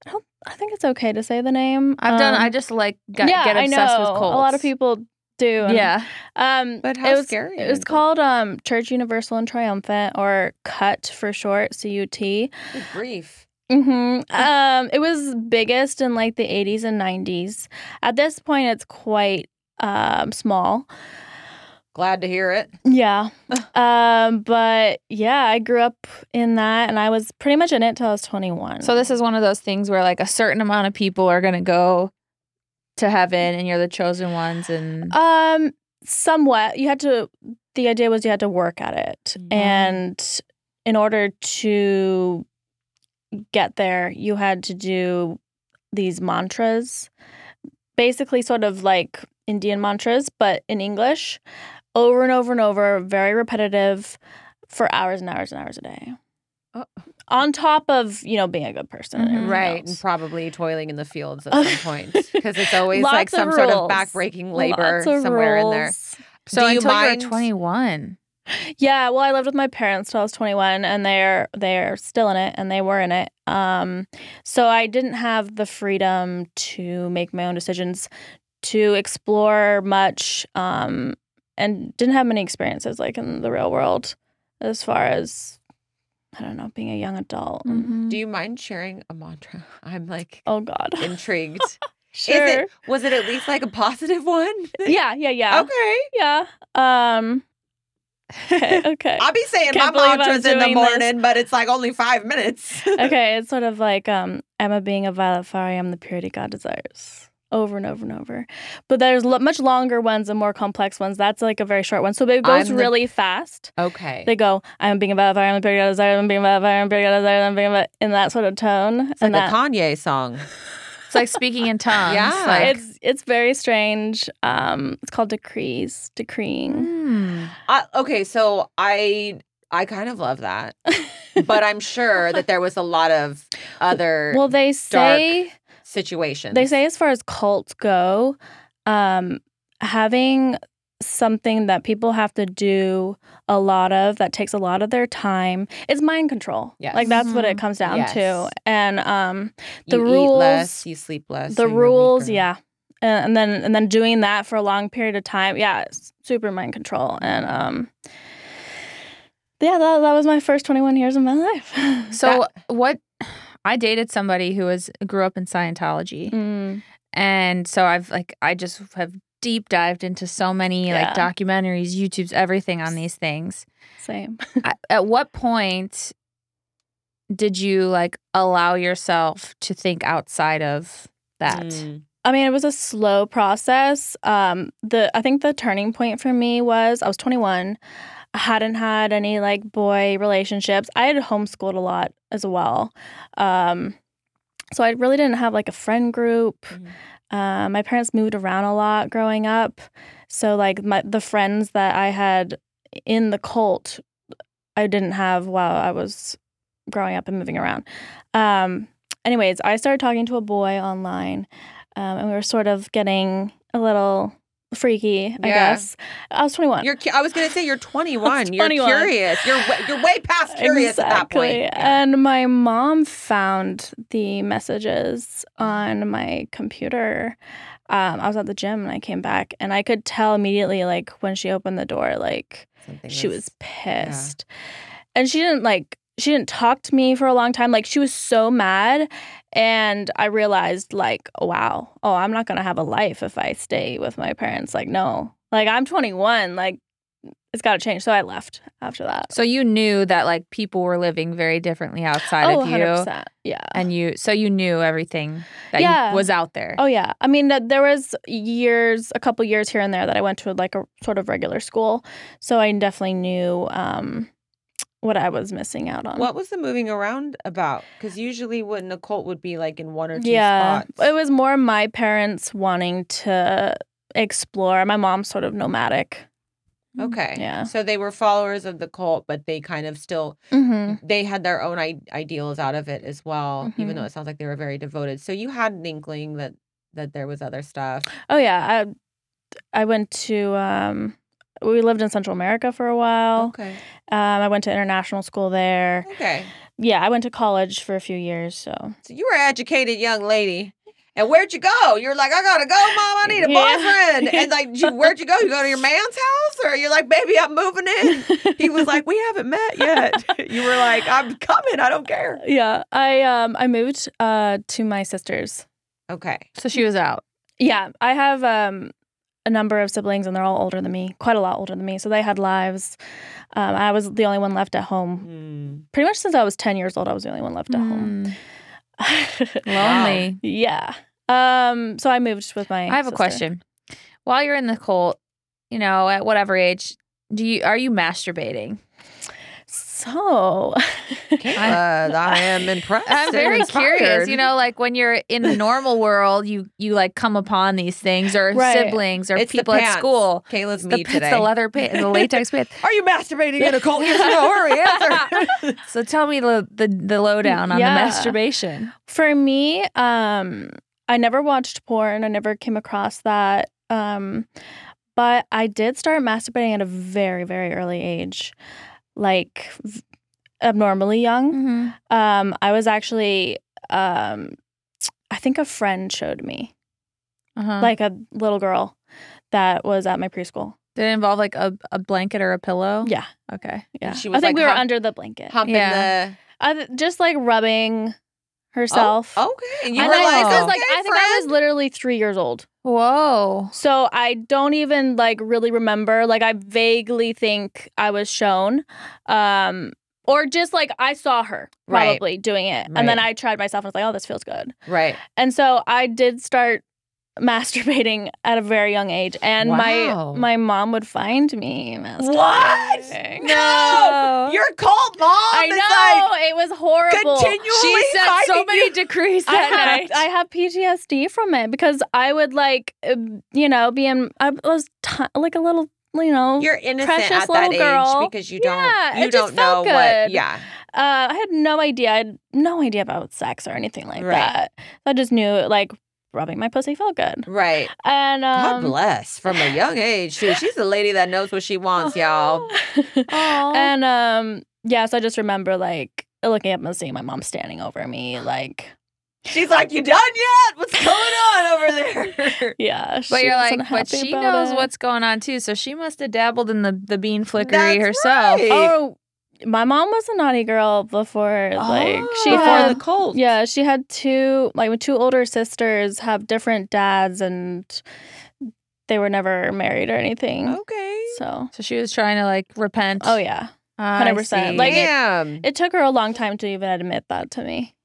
S1: I don't. I think it's okay to say the name.
S3: I've done.
S1: Um,
S3: I just like got,
S1: yeah,
S3: get
S1: I
S3: obsessed with
S1: know.
S3: cults.
S1: A lot of people do. and,
S3: Yeah.
S1: Um, *laughs*
S4: But how
S1: it was,
S4: scary
S1: It
S4: is
S1: was
S4: it?
S1: called um Church Universal and Triumphant, or CUT for short, C U T.
S4: Good grief.
S1: hmm
S3: Mm-hmm.
S1: Um, it was biggest in like the 80s and 90s. At this point, it's quite um small.
S4: Glad to hear it.
S1: Yeah. *laughs* um, but yeah, I grew up in that and I was pretty much in it till I was 21.
S3: So this is one of those things where like a certain amount of people are gonna go to heaven, and you're the chosen ones, and
S1: um somewhat you had to the idea was you had to work at it.
S4: Mhm.
S1: And in order to get there, you had to do these mantras. Basically sort of like Indian mantras but in English over and over and over, very repetitive for hours and hours and hours a day.
S4: Oh. Mm-hmm.
S1: On top of, you know, being a good person. and
S3: Mhm.
S1: everything
S4: Right. And
S1: else.
S4: probably toiling in the fields at
S1: *laughs*
S4: some point because it's always like
S1: Lots of
S4: some sort of
S1: rules.
S4: backbreaking labor
S1: Lots of
S4: somewhere in there.
S1: rules.
S3: so
S4: Do you
S3: until
S4: mind-
S3: you're 21.
S1: Yeah, well, I lived with my parents till I was 21 and they're they're still in it and they were in it. Um so I didn't have the freedom to make my own decisions, to explore much um and didn't have many experiences like in the real world as far as I don't know, being a young adult.
S3: Mm-hmm.
S1: and-
S4: Do you mind sharing a mantra? I'm like
S1: Oh *laughs* god. *laughs*
S4: intrigued.
S1: sure.
S4: Is it was it at least like a positive one?
S1: Yeah, yeah, yeah.
S4: *laughs* Okay.
S1: Yeah. Um *laughs* Okay, okay.
S4: I'll be saying my
S1: Can't believe I'm
S4: mantras in the
S1: doing this.
S4: morning, but it's like only five minutes. *laughs*
S1: okay, it's sort of like um, Emma being a violet flower. I am the purity God desires. Over and over and over, but there's lo- much longer ones and more complex ones. That's like a very short one, so it goes
S4: I'm the-
S1: really fast.
S4: okay.
S1: They go, "I'm being a violet flower. I'm the purity God desires. I'm being a violet flower. I'm being a violet flower. I'm being a violet," in that sort of tone.
S4: It's like a Kanye song.
S3: It's like speaking in *laughs* tongues.
S4: Yeah.
S3: Like,
S1: It's it's very strange. Um, it's called decrees, decreeing.
S3: hmm.
S4: Uh, okay, so I I kind of love that,
S1: *laughs*
S4: Mm. but I'm sure that there was a lot of other
S1: Well, they say
S4: situations.
S1: they say as far as cults go, um, having something that people have to do a lot of that takes a lot of their time is mind control.
S4: Yes.
S1: Like that's what it
S3: Mhm.
S1: comes down
S4: Yes.
S1: to. And um, the
S4: you eat
S1: rules-
S4: less, you sleep less. so
S1: the
S4: you're
S1: rules
S4: weaker.
S1: yeah Uh, and then and then doing that for a long period of time yeah it's super mind control and um yeah that, that was my first 21 years of my life
S3: So what? *sighs* I dated somebody who was grew up in Scientology,
S1: *laughs* Mm,
S3: and so I've like I just have deep dived into so many
S1: Yeah.
S3: like documentaries, YouTube's, everything on these things.
S1: same
S3: I- At what point did you like allow yourself to think outside of that?
S4: Mm.
S1: i mean it was a slow process um the i think the turning point for me was i was 21 I hadn't had any like boy relationships i had homeschooled a lot as well um so i really didn't have like a friend group Uh, my parents moved around a lot growing up, so like my the friends that I had in the cult, I didn't have while I was growing up and moving around. Um, anyways, I started talking to a boy online, um, and we were sort of getting a little freaky. I
S4: Yeah.
S1: guess I was twenty one.
S4: You're. cu- I was gonna say
S1: *laughs*
S4: you're 21. you're
S1: 21.
S4: curious. You're. wa- You're way past curious at that point. Yeah.
S1: And my mom found the messages on my computer. Um, I was at the gym and I came back and I could tell immediately, like when she opened the door, like
S4: Something
S1: she
S4: is-
S1: was pissed. And she didn't like she didn't talk to me for a long time. Like she was so mad and I realized like, wow, oh, I'm not going to have a life if I stay with my parents. Like no. Like I'm 21, like it's got to change. So I left after that.
S3: So you knew that like people were living very differently outside
S1: Oh,
S3: of you,
S1: 100%. Yeah.
S3: and you so you knew everything that you-
S1: Yeah.
S3: was out there.
S1: Oh yeah. I mean, th- there was years, a couple years here and there that I went to like a sort of regular school, so I definitely knew um, what I was missing out on.
S4: What was the moving around about? Because usually, when a cult would be like in one or two
S1: yeah,
S4: spots.
S1: it was more my parents wanting to explore. My mom's sort of nomadic. Mm,
S4: Okay.
S1: Yeah.
S4: So they were followers of the cult, but they kind of still
S1: Mm-hmm.
S4: they had their own I- ideals out of it as well. Even though
S1: Mhm.
S4: it sounds like they were very devoted. So you had an inkling that that there was other stuff.
S1: Oh yeah, I I went to um, we lived in Central America for a while.
S4: Okay.
S1: Um, I went to international school there.
S4: Okay.
S1: Yeah, I went to college for a few years.
S4: *laughs*
S1: So
S4: So you were an educated young lady. And where'd you go? You're like, I gotta go, mom. I need a
S1: Yeah.
S4: boyfriend. And like, you, where'd you go? You go to your man's house, or you're like, baby, I'm moving in. He was like, we haven't met yet. *laughs* You were like, I'm coming. I don't care.
S1: yeah, I um, I moved uh, to my sister's
S4: Okay.
S3: So she was out.
S1: Yeah, I have um, a number of siblings, and they're all older than me, quite a lot older than me. So they had lives. Um, I was the only one left at home.
S4: Hmm.
S1: Pretty much since I was 10 years old, I was the only one left at
S3: Mm,
S1: home.
S3: lonely.
S1: *laughs* yeah. Um, so I moved with my.
S3: I have a
S1: sister.
S3: question. While you're in the cult, you know, at whatever age, do you are you masturbating?
S1: So,
S4: Kayla, I am impressed.
S3: I'm
S4: and
S3: very curious.
S4: inspired.
S3: You know, like when you're in the *laughs* normal world, you you like come upon these things or
S1: Right.
S3: siblings or
S4: It's the
S3: people at
S4: pants.
S3: school. It's
S4: Kayla's me
S3: the, it's
S4: today.
S3: the leather pants, *laughs* the latex pants.
S4: Are you masturbating in a cult? Yes or no? Hurry, answer.
S3: So tell me the the, the lowdown on
S1: Yeah.
S3: the masturbation.
S1: for me, um, I never watched porn. I never came across that. Um, but I did start masturbating at a very, very early age, like v- abnormally young.
S3: Mm-hmm.
S4: Mm.
S1: Um, I was actually, um, I think a friend showed me,
S3: Uh-huh.
S1: like a little girl that was at my preschool.
S3: Did it involve like a, a blanket or a pillow?
S1: Yeah.
S3: Okay.
S1: Yeah,
S4: she
S1: I
S4: was,
S1: think
S4: like,
S1: we were
S4: hump-
S1: under the blanket.
S4: Humping
S3: Yeah.
S4: the
S1: I th- just like rubbing herself.
S4: Oh, okay. And you
S1: And
S4: were
S1: I,
S4: like,
S1: this was, like,
S4: okay,
S1: I think I was
S4: friend.
S1: literally three years old,
S3: Whoa.
S1: so I don't even like really remember. Like I vaguely think I was shown, um, or just like I saw her
S4: Right.
S1: probably doing it, and then
S4: Right.
S3: *laughs*
S1: I tried myself and was like, "Oh, this feels good."
S4: right.
S1: And so I did start *laughs* masturbating at a very young age, and
S3: Wow.
S1: my my mom would find me masturbating.
S4: What?
S3: *laughs*
S4: No, you're cold, mom.
S1: I
S4: It's
S1: know it was
S4: Like
S1: horrible.
S4: continually
S3: She set so
S4: finding
S3: many
S4: you.
S3: decrees
S1: I
S3: that
S1: have,
S3: night.
S1: I have PTSD from it because I would like, uh, you know, be in, I was ti like a little, you know,
S4: You're innocent
S1: precious
S4: at that
S1: little girl.
S4: age because you don't
S1: Yeah,
S4: you
S1: it just
S4: don't know
S1: felt
S4: what.
S1: good.
S4: Yeah,
S1: uh, I had no idea. I had no idea about sex or anything like
S4: Right.
S1: that. I just knew like rubbing my pussy felt good.
S4: right.
S1: And
S4: God
S1: um,
S4: bless from a
S1: *laughs*
S4: young age. Shoot, she's a lady that knows what she
S3: *laughs*
S4: wants,
S1: Oh.
S4: y'all.
S1: and um, yes, I just remember like looking up and seeing my mom standing over me, like
S4: She's like, "You done yet? What's going on over there?"
S1: yeah. she
S3: But you're
S1: wasn't
S3: like, but
S1: happy
S3: she
S1: about
S3: knows
S1: it.
S3: what's going on too. So she must have dabbled in the, the bean flickery
S4: That's
S3: herself.
S4: right.
S1: Oh, my mom was a naughty girl before, *laughs* like she
S4: before
S1: had
S4: the cult.
S1: Yeah, she had two like my two older sisters have different dads and they were never married or anything.
S4: Okay.
S1: So
S3: So she was trying to like repent.
S1: Oh yeah.
S3: I
S1: 100%.
S3: see.
S1: Like, it-
S4: Damn.
S1: It took her a long time to even admit that to me.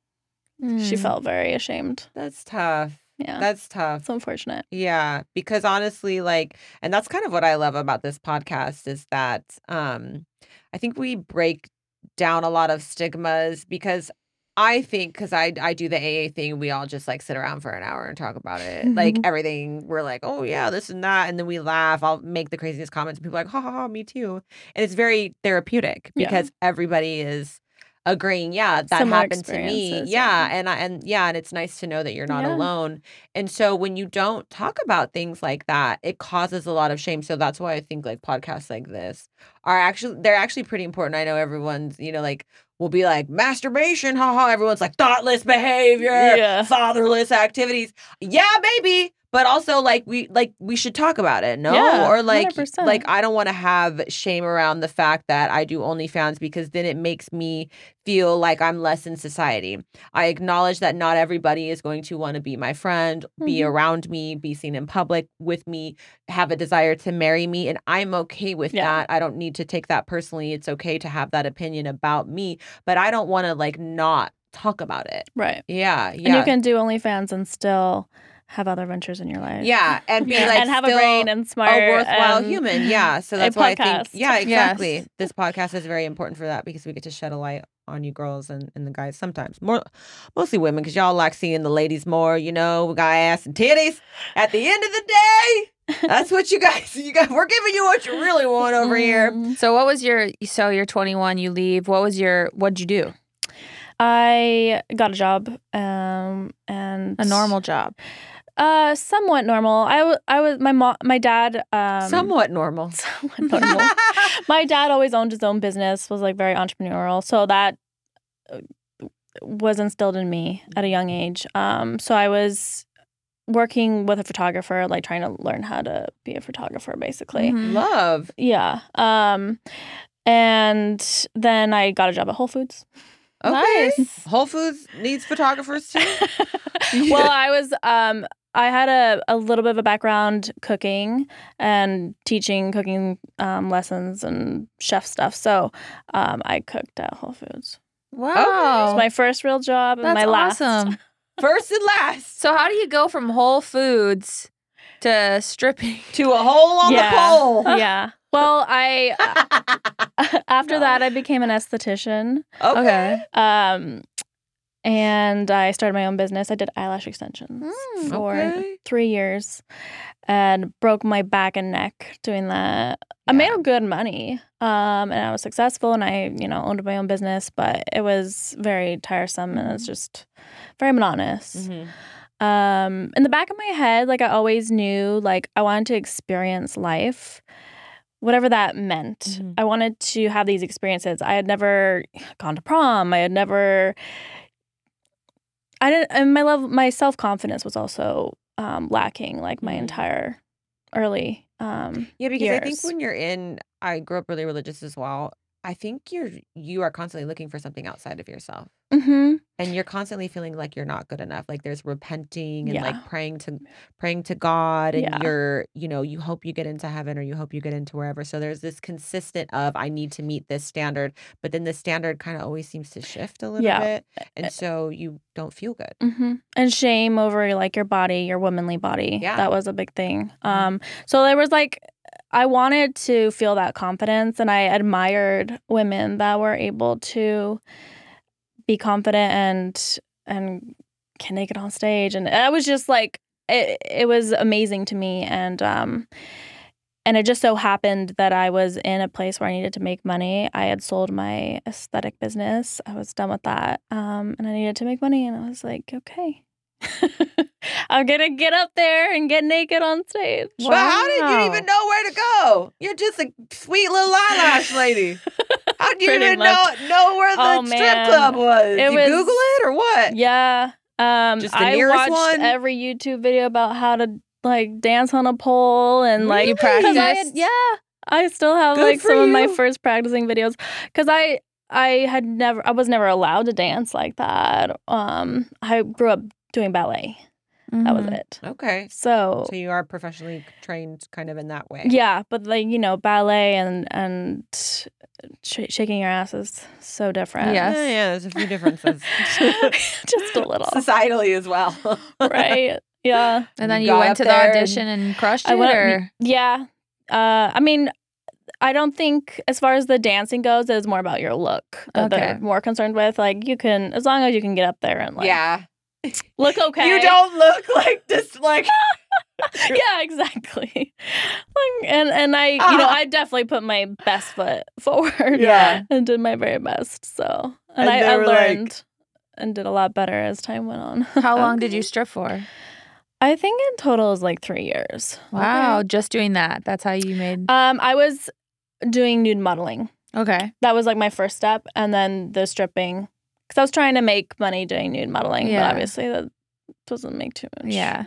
S1: She
S4: Hmm.
S3: Mm.
S1: felt very ashamed.
S4: That's tough.
S1: Yeah.
S4: That's tough.
S1: it's unfortunate.
S4: Yeah, because honestly, like, and that's kind of what I love about this podcast is that um, I think we break down a lot of stigmas because I think because I I do the AA thing, we all just like sit around for an hour and talk about it,
S1: Mm-hmm.
S4: like everything. We're like, oh yeah, this and that, and then we laugh. I'll make the craziest comments, and people are like, ha ha ha, me too, and it's very therapeutic
S1: Yeah.
S4: because everybody is agreeing yeah that
S1: Similar
S4: happened to me
S1: experiences,
S4: yeah
S1: yeah.
S4: and i and yeah and it's nice to know that you're not
S1: Yeah.
S4: alone and so when you don't talk about things like that, it causes a lot of shame. So that's why I think like podcasts like this are actually they're actually pretty important. I know everyone's, you know, like will be like masturbation, haha. Everyone's like thoughtless behavior,
S1: Yeah.
S4: fatherless activities. Yeah, baby. But also like we like we should talk about it, no?
S1: Yeah,
S4: or like
S1: 100%.
S4: like I don't want to have shame around the fact that I do OnlyFans because then it makes me feel like I'm less in society. I acknowledge that not everybody is going to want to be my friend, be
S1: Mhm.
S4: around me, be seen in public with me, have a desire to marry me. And I'm okay with
S1: Yeah.
S4: that. I don't need to take that personally. It's okay to have that opinion about me, but I don't want to like not talk about it.
S1: Right.
S4: Yeah.
S1: And you
S4: Yeah.
S1: can do OnlyFans and still have other ventures in your life.
S4: yeah. And be
S1: Yeah.
S4: like,
S1: and have a
S4: still
S1: brain and smart
S4: a worthwhile
S1: and-
S4: human. Yeah. So
S1: a
S4: that's why I think,
S1: podcast.
S4: yeah,
S1: Yes.
S4: exactly. This podcast is very important for that because we get to shed a light on you girls and, and the guys sometimes more mostly women because y'all like seeing the ladies more you know we got ass and titties at the end of the
S1: *laughs*
S4: day that's what you guys you guys we're giving you what you really want over here
S1: Mm.
S3: So what was your so you're 21, you leave. What was your what'd you do?
S1: I got a job um and
S3: A normal job.
S1: uh somewhat normal. I wa- I was my mom my dad um
S4: somewhat
S1: *laughs*
S4: normal
S1: somewhat normal. my dad always owned his own business was like very entrepreneurial so that uh, was instilled in me at a young age um, so i was working with a photographer like trying to learn how to be a photographer basically
S4: *laughs*
S3: Mm-hmm.
S4: love
S1: yeah um, and then i got a job at whole foods
S4: okay
S3: Nice.
S4: whole foods needs photographers too
S1: *laughs*
S4: *laughs*
S1: well i was um, i had a, a little bit of a background cooking and teaching cooking um, lessons and chef stuff so um, i cooked at whole foods
S3: Wow.
S1: It's my first real job and
S3: Oh. That's
S1: my last.
S3: awesome. *laughs*
S4: first and last
S3: So how do you go from Whole Foods to stripping?
S4: to a hole on
S1: Yeah. *laughs*
S4: the
S1: *laughs*
S4: pole *laughs*
S1: yeah. Well, I *laughs* after that I became an esthetician.
S4: okay.
S1: Um and I started my own business. I did eyelash extensions
S3: Mm,
S1: for
S4: okay.
S1: 3 years and broke my back and neck doing that. I made good money. Um and I was successful and I, you know, owned my own business, but it was very tiresome and
S3: Mm.
S1: it's just very monotonous.
S4: Mhm.
S1: um in the back of my head like i always knew like i wanted to experience life whatever that meant
S4: Mhm.
S1: i wanted to have these experiences i had never gone to prom i had never i didn't and my love my self-confidence was also um lacking like my
S4: Mhm.
S1: entire early um
S4: Yeah, because I think
S1: years.
S4: when you're in, I grew up really religious as well. I think you're you are constantly looking for something outside of yourself.
S1: Mm-hmm.
S4: And you're constantly feeling like you're not good enough. Like there's repenting and
S1: Yeah.
S4: like praying to praying to God and
S1: Yeah.
S4: you're, you know, you hope you get into heaven or you hope you get into wherever. So there's this consistent of I need to meet this standard, but then the standard kind of always seems to shift a little
S1: Yeah.
S4: bit. And
S1: Uh,
S4: so you don't feel good.
S1: Mm-hmm. And shame over like your body, your womanly body.
S4: Yeah.
S1: That was a big thing. Um, so there was like, I wanted to feel that confidence and I admired women that were able to be confident and, and can make it on stage. And I was just like, it, it was amazing to me. And, um, and it just so happened that I was in a place where I needed to make money. I had sold my aesthetic business. I was done with that. Um, and I needed to make money. And I was like, okay, *laughs* I'm going to get up there and get naked on stage.
S4: But how did you
S3: Wow.
S4: even know where to go? You're just a sweet little eyelash lady.
S1: *laughs*
S4: How do you
S1: Pretty
S4: even
S1: much.
S4: know know where the
S1: Oh,
S4: strip
S1: man.
S4: club was?
S1: It
S4: you
S1: was-
S4: Google it or what?
S1: Yeah. Um,
S4: Just the
S1: I
S4: nearest
S1: watched
S4: one?
S1: every YouTube video about how to like dance on a pole and like
S3: You
S1: 'cause I had-
S3: practiced?
S1: yeah, I still have
S4: Good
S1: like
S4: for
S1: some of my
S4: you.
S1: first practicing videos because I I had never I was never allowed to dance like that. Um, I grew up doing ballet. That
S3: Mm-hmm.
S1: was it.
S4: Okay.
S1: So,
S4: So you are professionally trained kind of in that way.
S1: yeah, but like you know, ballet and and sh- shaking your ass is so different.
S3: Yeah.
S4: Yeah,
S3: Yes.
S4: yeah, there's a few differences.
S1: *laughs* just a
S4: *laughs*
S1: little,
S4: Societally as well.
S1: right? Yeah.
S3: And then
S4: You
S3: you,
S4: got
S3: went
S4: up
S3: to the
S4: there and-
S3: audition and, crushed it.
S1: I went.
S3: or-
S1: Yeah. Uh, I mean, I don't think as far as the dancing goes, it's more about your look that they're
S3: Okay.
S1: more concerned with. Like you can, as long as you can get up there and like
S4: yeah.
S1: look okay.
S4: *laughs* You don't look like just like
S1: *laughs* yeah, exactly. *laughs* Like, and and I, you know,
S4: Ah.
S1: I definitely put my best foot *laughs* forward.
S4: Yeah.
S1: and did my very best. So
S4: And
S1: and, I,
S4: they
S1: I
S4: were like-
S1: learned and did a lot better as time went on. *laughs*
S3: How long did
S4: Okay.
S3: you strip for?
S1: I think in total is like three years.
S3: Wow, just doing that. That's how you made.
S1: Um, I was doing nude modeling.
S3: Okay.
S1: that was like my first step and then the stripping because i was trying to make money doing nude modeling
S3: Yeah.
S1: but obviously that doesn't make too much
S3: Yeah.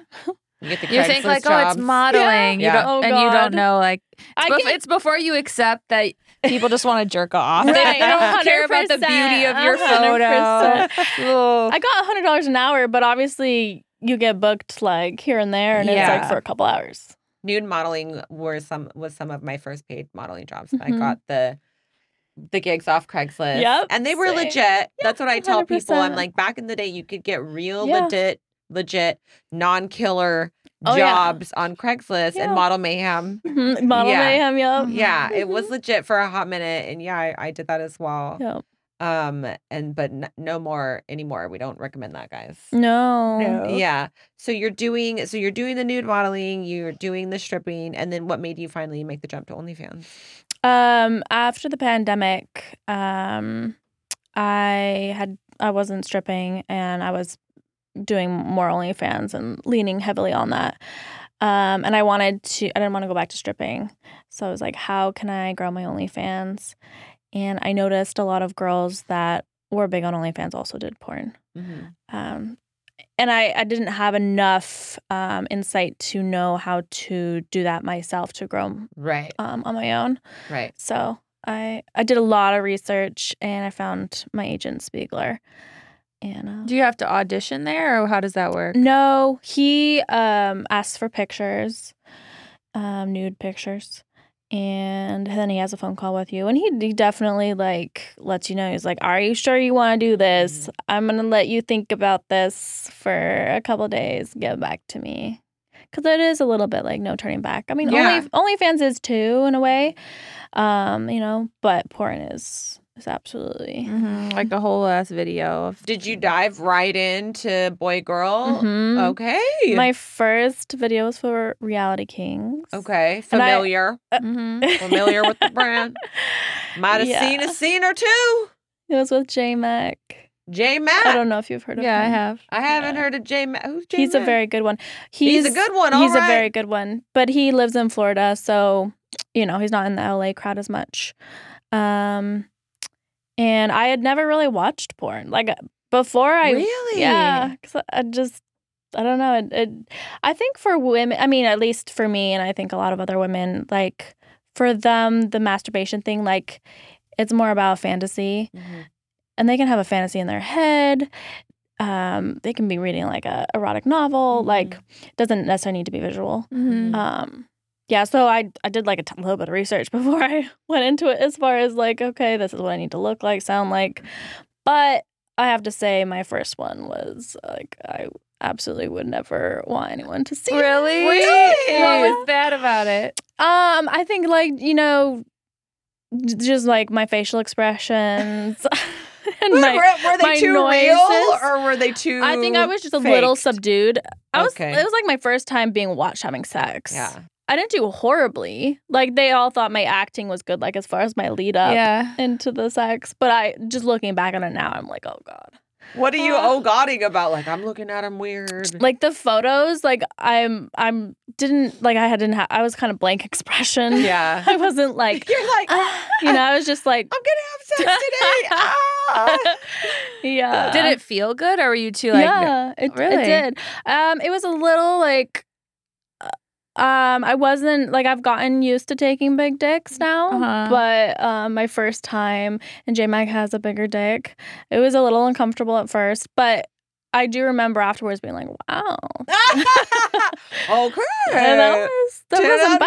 S4: you get the
S3: You think
S4: Craigslist
S3: like, oh, it's
S4: jobs.
S3: modeling. You
S4: Yeah.
S3: don't,
S1: Oh,
S3: and you
S1: God.
S3: don't know like
S1: i
S3: Bef-
S1: can
S3: it's before you accept that people just want to jerk off.
S1: *laughs*
S3: They *laughs*
S1: Right,
S3: don't care about the beauty of your
S1: 100%.
S3: photo.
S1: i got $100 an hour but obviously you get booked like here and there and it's
S3: Yeah.
S1: like for a couple hours *laughs*
S4: nude modeling were some was some of my first paid modeling jobs. I
S1: Mhm.
S4: got the the gigs off Craigslist.
S1: Yep,
S4: And they were
S1: same.
S4: legit. That's what I tell people. I'm
S1: 100%.
S4: like back in the day you could get real
S1: Yeah.
S4: legit legit non-killer
S1: Oh, yeah.
S4: jobs on Craigslist
S1: Yeah.
S4: and Model Mayhem.
S1: Mhm. model
S4: Yeah.
S1: mayhem yep
S4: Yeah, it was
S1: Mhm.
S4: legit for a hot minute and yeah, I, I did that as well.
S1: Yep.
S4: Um and but n- no more anymore. We don't recommend that, guys.
S1: no,
S4: Yeah. So you're doing so you're doing the nude modeling, you're doing the stripping, and then what made you finally make the jump to OnlyFans?
S1: Um, after the pandemic, um, I had I wasn't stripping and I was doing more OnlyFans and leaning heavily on that. Um, and I wanted to I didn't want to go back to stripping, so I was like, how can I grow my OnlyFans? And I noticed a lot of girls that were big on OnlyFans also did porn.
S4: Mm-hmm.
S1: Um, and I, I didn't have enough um, insight to know how to do that myself to grow
S4: Right.
S1: um, on my own.
S4: Right.
S1: So I I did a lot of research and I found my agent Spiegler. And uh,
S3: Do you have to audition there, or how does that work?
S1: no, he um asks for pictures, um nude pictures. And then he has a phone call with you, and he, he definitely like lets you know. He's like, "Are you sure you want to do this? I'm gonna let you think about this for a couple days. Get back to me." Because it is a little bit like no turning back. I mean,
S4: Yeah.
S1: only OnlyFans is too in a way, um, you know, but porn is is absolutely.
S3: Mhm, Like a whole ass video of.
S4: Did you dive right into boy girl?
S1: Mhm.
S4: Okay.
S1: My first video was for Reality Kings.
S4: okay.
S1: And I-
S4: Familiar.
S3: Mhm.
S4: Familiar with the brand. Might have
S1: Yeah.
S4: seen a scene or two.
S1: *laughs* It was with J Mac.
S4: J
S1: I
S4: Mac.
S1: don't know if you've heard of
S3: Yeah, I
S1: him.
S3: have.
S4: Ah! I haven't
S1: Yeah.
S4: heard of J Mac. Who's J Mac?
S1: He's a very good one.
S4: He's, a good one. All right.
S1: He's a very good one, but he lives in Florida, so you know he's not in the LA crowd as much. Um, and I had never really watched porn like before. I
S4: really.
S1: Yeah, because I just I don't know. It, it, I think for women, I mean, at least for me, and I think a lot of other women, like for them, the masturbation thing, like It's more about fantasy and they can have a fantasy in their head. Um, they can be reading like a erotic novel.
S4: Mhm.
S1: Like doesn't necessarily need to be visual.
S3: Mhm.
S4: Mm-hmm.
S1: Um, yeah. So I I did like a t- little bit of research *laughs* before I went into it as far as like okay, this is what I need to look like, sound like. But I have to say, my first one was like I absolutely would never want anyone to see.
S3: Really?
S4: Really?
S3: What was bad about it?
S1: Um, I think like you know, j- just like my facial expressions. *laughs* and
S4: Were,
S1: my- my
S4: were they too real
S1: noises.
S4: or were they too?
S1: I think I was just a little
S4: faked?
S1: subdued. I was.
S4: Okay.
S1: It was like my first time being watched having sex.
S4: Yeah.
S1: I didn't do horribly. Like they all thought my acting was good. Like as far as my lead up
S3: Yeah.
S1: into the sex, but I just looking back on it now, I'm like, oh god.
S4: What are you
S1: Uh,
S4: oh godding about? Like I'm looking at him weird.
S1: Like the photos, like I'm, I'm didn't like I hadn't. Ha- I was kind of blank *laughs* expression.
S4: yeah.
S1: I wasn't like,
S3: *laughs*
S4: *laughs* You're like
S1: ah, you know, I was just like,
S4: I'm gonna
S1: *laughs*
S4: have sex today. Ah. *laughs*
S1: yeah.
S3: Did it feel good or were you too like
S1: yeah, it,
S3: Really?
S1: it did. Um, it was a little like, uh, um, I wasn't like I've gotten used to taking big dicks now,
S3: Uh-huh.
S1: but um, my first time and J Mac has a bigger dick. It was a little uncomfortable at first, but I do remember afterwards being like, wow,
S4: okay.
S1: and that was that
S4: 10
S1: wasn't
S4: out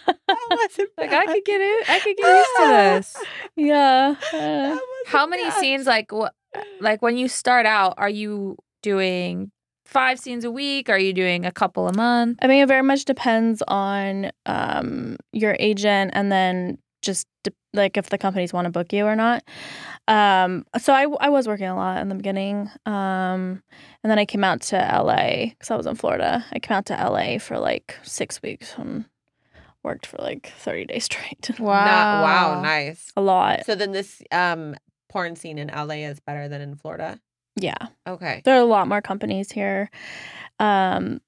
S1: bad.
S4: *laughs* That wasn't
S3: *laughs* like I
S4: bad.
S3: could get it I could get used
S1: *laughs*
S3: to this.
S1: yeah. uh,
S4: That wasn't
S3: How many
S4: bad.
S3: scenes like what like when you start out are you doing 5 scenes a week? Are you doing a couple a month?
S1: I mean, it very much depends on um, your agent and then just de- like if the companies want to book you or not. Um, so I, I was working a lot in the beginning. Um, and then I came out to LA because I was in Florida. I came out to LA for like six weeks and worked for like 30 days *laughs* straight.
S4: Not- wow, nice.
S1: a lot.
S4: So then this um porn scene in LA is better than in Florida.
S1: Yeah.
S4: Okay.
S1: There are a lot more companies here. Um,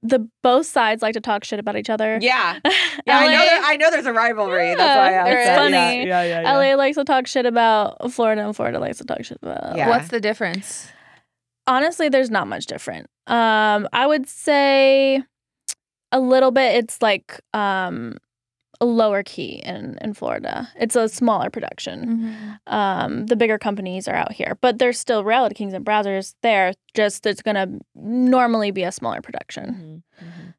S1: the both sides like to talk shit about each other. *laughs*
S4: Yeah. Yeah, I know
S1: LA
S4: there, I know there's a rivalry. That's
S1: Yeah,
S4: why I
S1: there
S4: asked
S1: is.
S4: that.
S1: Funny.
S4: Yeah, yeah, yeah. yeah.
S1: LA likes to talk shit about Florida, and Florida likes to talk shit about.
S4: Yeah.
S3: What's the difference?
S1: Honestly, there's not much different. Um, I would say a little bit. It's like um, a lower key in in Florida. It's a smaller production.
S3: Mm-hmm.
S4: Mm-hmm.
S1: Um, the bigger companies are out here, but there's still Reality Kings and Browsers there. Just it's gonna normally be a smaller production.
S4: Mhm, mhm.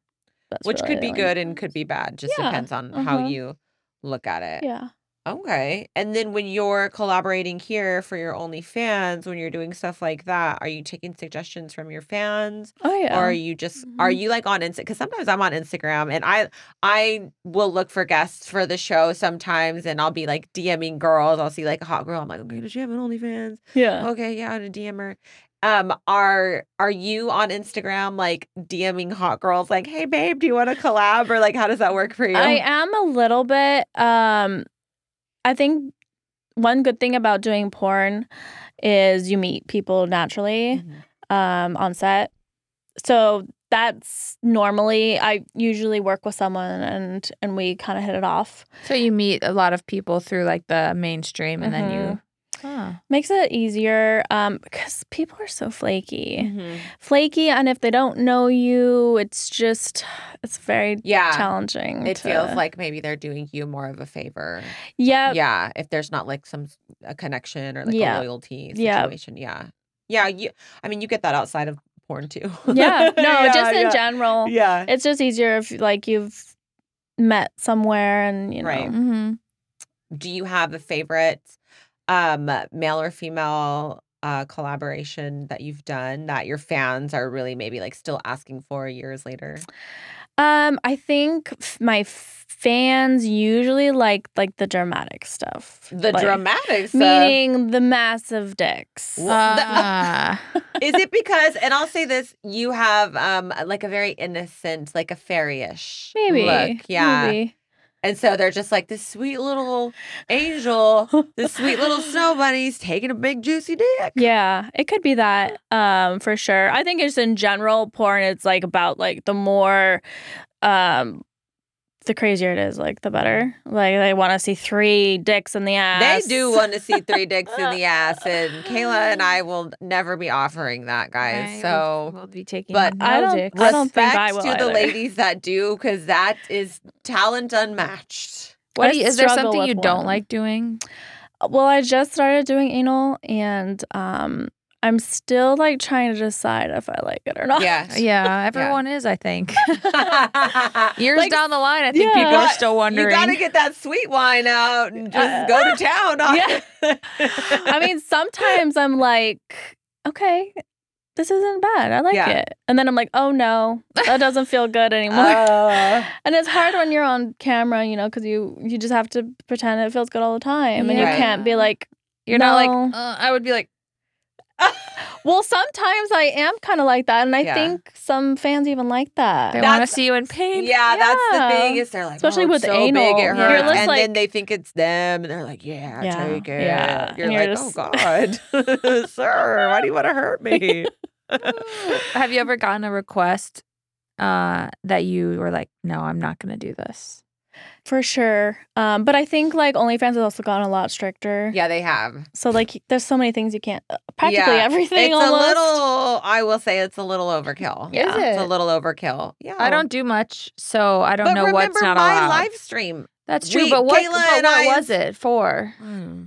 S1: That's
S4: Which
S1: really
S4: could be
S1: the only
S4: good and
S1: difference.
S4: could be bad. Just
S1: Yeah,
S4: depends on how
S1: uh-huh.
S4: you look at it.
S1: Yeah.
S4: Okay. And then when you're collaborating here for your OnlyFans, when you're doing stuff like that, are you taking suggestions from your fans?
S1: Oh yeah.
S4: Or are you just are
S1: Mhm.
S4: you like on Insta? Because sometimes I'm on Instagram and I I will look for guests for the show sometimes, and I'll be like DMing girls. I'll see like a hot girl. I'm like, okay, does she have an OnlyFans?
S1: yeah.
S4: Okay, yeah, I'm gonna DM her. Um, are are you on Instagram like DMing hot girls like, hey babe, do you want to collab or like how does that work for you?
S1: I am a little bit. Um, I think one good thing about doing porn is you meet people naturally
S4: Mhm.
S1: um, on set. So that's normally I usually work with someone and and we kind of hit it off.
S3: So you meet a lot of people through like the mainstream and then you Huh.
S1: Makes it easier um, because people are so flaky,
S4: Mm.
S1: flaky, and if they don't know you, it's just it's very
S4: Yeah.
S1: challenging.
S4: It
S1: to-
S4: feels like maybe they're doing you more of a favor.
S1: yeah,
S4: Yeah, if there's not like some s- a connection or like
S1: Yeah.
S4: a loyalty
S1: Yeah.
S4: situation. Yeah, yeah. You, I mean, you get that outside of porn too. *laughs*
S1: yeah, no,
S4: Yeah,
S1: just in
S4: yeah.
S1: general.
S4: Yeah.
S1: it's just easier if like you've met somewhere and you know
S4: Right.
S3: Mm-hmm.
S4: Do you have a favorite um, male or female uh, collaboration that you've done that your fans are really maybe like still asking for years later?
S1: um i think f- my fans usually like like the dramatic stuff
S4: The
S1: Like,
S4: dramatic stuff.
S1: meaning the massive dicks
S4: Wha- Is it because? And I'll say this: you have um like a very innocent, like a fairyish
S1: maybe
S4: look. Yeah.
S1: maybe.
S4: And so they're just like this sweet little angel, this sweet little snow bunny's taking a big juicy dick.
S1: yeah it could be that um for sure i think it's in general porn it's like about like the more um the crazier it is like the better like they want to see three dicks in the
S4: They
S1: ass
S4: do want to see three dicks in the ass,
S1: *laughs*
S4: and Kayla and I will never be offering that, guys. so
S3: we'll be taking
S4: but
S3: no
S1: I don't-
S3: dicks.
S1: I don't think
S4: respect
S1: I will
S4: to the
S1: either. *laughs*
S4: ladies that do, because that is talent unmatched.
S3: What
S1: I
S3: do you, is there
S1: struggle
S3: something
S1: with
S3: you don't
S1: one.
S3: like doing?
S1: Well, I just started doing anal and um I'm still like trying to decide if I like it or not.
S4: Yeah.
S3: Yeah, everyone is. I think
S4: *laughs*
S1: *laughs*
S3: years
S4: Like,
S3: down the line, I think
S1: yeah.
S3: people are
S4: What?
S3: still wondering.
S4: You got to get that sweet wine out and just
S1: Uh,
S4: go to town. On
S1: yeah.
S4: it.
S1: *laughs* *laughs* I mean, sometimes I'm like, okay, this isn't bad. I like
S4: Yeah.
S1: it. And then I'm like, oh no, that doesn't feel
S4: *laughs*
S1: good anymore.
S4: Uh,
S1: and it's hard when you're on camera, you know, because you you just have to pretend it feels good all the time, and you
S4: Yeah.
S1: can't be like.
S3: You're not like.
S1: No.
S3: Uh, I would be like.
S1: Well, sometimes I am kind of like that, and I
S4: "Oh." Yeah.
S1: think some fans even like that.
S3: They want to
S4: That's-
S3: see you in pain.
S4: yeah, that's the
S1: Yeah.
S4: thing is they're like,
S1: Especially
S4: oh, it's
S1: with
S4: so
S1: anal.
S4: big it
S1: You're
S4: hurts,
S1: just
S4: and
S1: like-
S4: then they think it's them, and they're like, yeah,
S1: Yeah,
S4: take it.
S1: yeah.
S4: You're
S1: And
S4: like,
S1: you're just-
S4: oh
S1: *laughs*
S4: god, *laughs* sir, why do you want to hurt me?
S3: Have you ever gotten a request uh, that you were like, no, I'm not going to do this?
S1: For sure. Um, but I think like OnlyFans has also gotten a lot stricter.
S4: yeah, they have.
S1: So like there's so many things you can't uh, practically
S4: Yeah.
S1: everything
S4: It's
S1: almost.
S4: a little. I will say it's a little overkill.
S3: Yeah. Is
S4: it's a
S3: it?
S4: little overkill. Yeah,
S3: I don't do much, so I don't
S4: Oh. but
S3: know
S4: remember
S3: what's not
S4: my
S3: allowed.
S4: live stream.
S3: That's true,
S4: we-
S3: but what,
S4: Kayla
S3: but
S4: and
S3: what
S4: I-
S3: was it for?
S4: Hmm.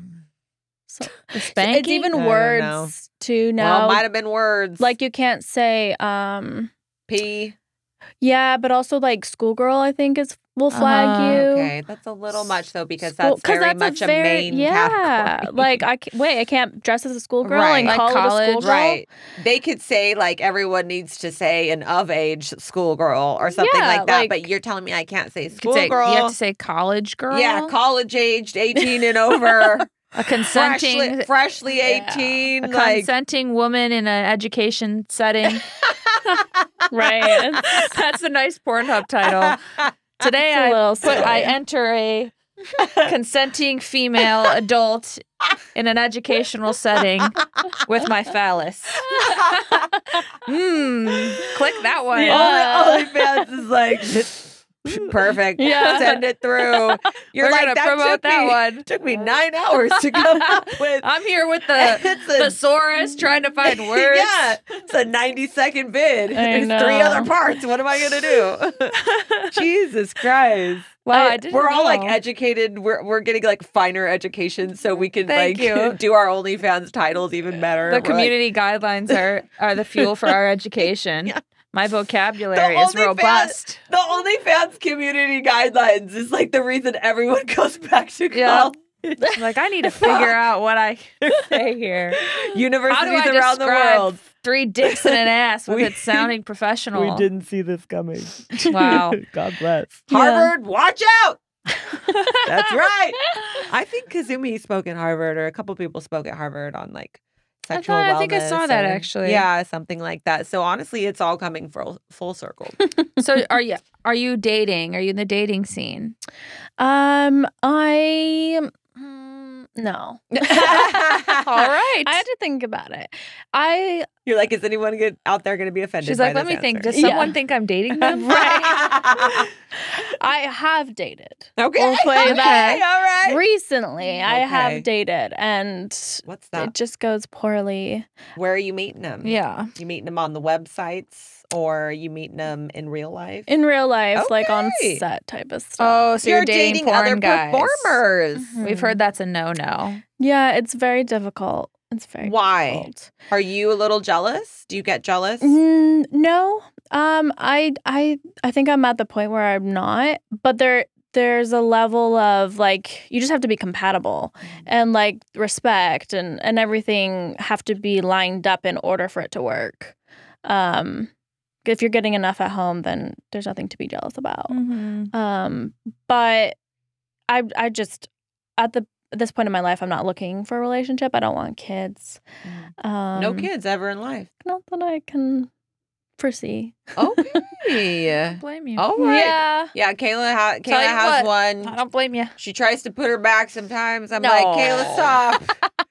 S1: So-
S3: The spanking?
S1: it's even
S4: I don't know.
S1: words to know.
S4: Well, might have been words
S1: like you can't say um
S4: p.
S1: yeah, but also like schoolgirl I think is will flag
S3: Uh-huh,
S1: you.
S4: Okay, that's a little much though because
S1: Ah, School-
S4: that's
S1: 'cause
S4: very much a,
S1: very-
S4: main
S1: yeah.
S4: category.
S1: Like I ca- wait, I can't dress as a schoolgirl and
S3: Like
S4: Right.
S1: call it
S3: college.
S1: a schoolgirl.
S4: Right. They could say like everyone needs to say an of age schoolgirl or something
S1: Yeah,
S4: like that,
S1: like-
S4: but you're telling me I can't say
S3: You, could say- you have
S4: schoolgirl.
S3: to say college girl.
S4: Yeah, college aged,
S3: *laughs*
S4: 18 and over,
S3: a consenting,
S4: freshly, freshly
S1: Yeah.
S4: 18.
S3: a
S4: like,
S3: consenting woman in an education setting.
S1: *laughs* *laughs* Right. It's-
S3: *laughs* That's a nice Pornhub title. Today I
S1: little
S3: put I
S1: silly.
S3: enter
S4: *laughs*
S3: a consenting female adult in an educational setting with my
S4: *laughs*
S3: phallus. Hmm. Click that one.
S1: Yeah.
S4: All the OnlyFans is
S3: *laughs*
S4: like, perfect.
S1: Yeah.
S4: Send it through. You're
S3: We're
S4: like,
S3: gonna
S4: that
S3: promote
S4: took
S3: that
S4: me,
S3: one.
S4: Took me nine hours
S3: *laughs*
S4: to come up with.
S3: I'm here with
S4: *laughs*
S3: the
S4: It's a- *laughs*
S3: thesaurus trying to find words.
S4: Yeah, it's a 90 second vid.
S1: I
S4: There's three
S1: know.
S4: other parts. What am I going to
S3: *laughs*
S4: do? Jesus Christ.
S3: Wow, Oh, I didn't
S4: we're all like
S3: know.
S4: educated. We're, we're getting like finer education so we can
S3: Thank
S4: like
S3: you.
S4: *laughs* do our OnlyFans titles even better.
S3: The
S4: We're, like,
S3: community guidelines are are the fuel for our education.
S4: *laughs* Yeah.
S3: My vocabulary
S4: The
S3: is
S4: OnlyFans-
S3: robust.
S4: the OnlyFans community guidelines is like the reason everyone *laughs* goes back to
S3: Yeah.
S4: college.
S3: like I need to
S4: *laughs*
S3: figure out what I *laughs* can say here. How do
S4: Universities
S3: I
S4: around the
S3: describe
S4: world.
S3: Three dicks in an *laughs* ass with
S5: We-
S3: it sounding professional.
S5: didn't see this coming.
S3: *laughs* Wow.
S5: *laughs* God bless.
S4: Harvard, watch
S3: *laughs*
S4: out. That's right. I think Kazumi spoke at Harvard, or a couple people spoke at Harvard on like
S3: I
S4: sexual
S3: thought- I think I
S4: wellness
S3: saw that,
S4: or-
S3: actually.
S4: Yeah, something like that. So honestly, it's all coming full full circle.
S3: *laughs* So are you are you dating? Are you in the dating scene?
S1: um I mm, no.
S3: All right.
S1: I had to think about it. I
S4: *laughs* You're like, is anyone get, out there going to be offended?
S3: She's
S4: by
S3: like, let me
S4: this
S3: think.
S4: *laughs* answer?"
S3: Does someone
S1: Yeah.
S3: think I'm dating *laughs* them?
S4: right.
S1: I have
S4: *laughs*
S1: dated.
S4: okay.
S1: We'll play
S4: okay.
S1: that.
S4: All right.
S1: Recently, I
S4: Okay.
S1: have dated and
S4: What's
S1: it
S4: that?
S1: just goes poorly.
S4: Where are you meeting them?
S3: yeah.
S4: You meeting them on the websites, or are you meeting them in real life?
S1: In real life, like on
S4: Okay.
S1: set type of stuff.
S3: Oh, so you're, dating, porn
S4: other
S3: guys. Mm-hmm.
S4: performers.
S3: We've heard that's a no no.
S1: Yeah, it's very difficult. It's very
S4: Why?
S1: difficult.
S4: Are you a little jealous? Do you get jealous?
S1: Mm, no. Um I I I think I'm at the point where I'm not, but there there's a level of like you just have to be compatible
S4: Mm.
S1: and like respect and and everything have to be lined up in order for it to work. Um if you're getting enough at home then there's nothing to be jealous about.
S3: Mm-hmm.
S1: Um but I I just at the at this point in my life I'm not looking for a relationship. I don't want kids. Um
S4: no kids ever in life.
S1: not that I can foresee.
S4: Okay.
S3: Blame you.
S4: All right. Yeah,
S1: Yeah.
S4: Kayla, ha-
S3: Tell
S4: Kayla
S3: you
S4: has
S3: what, I
S4: one.
S3: don't blame you.
S4: She tries to put her back sometimes. I'm
S3: No.
S4: like, Kayla, stop.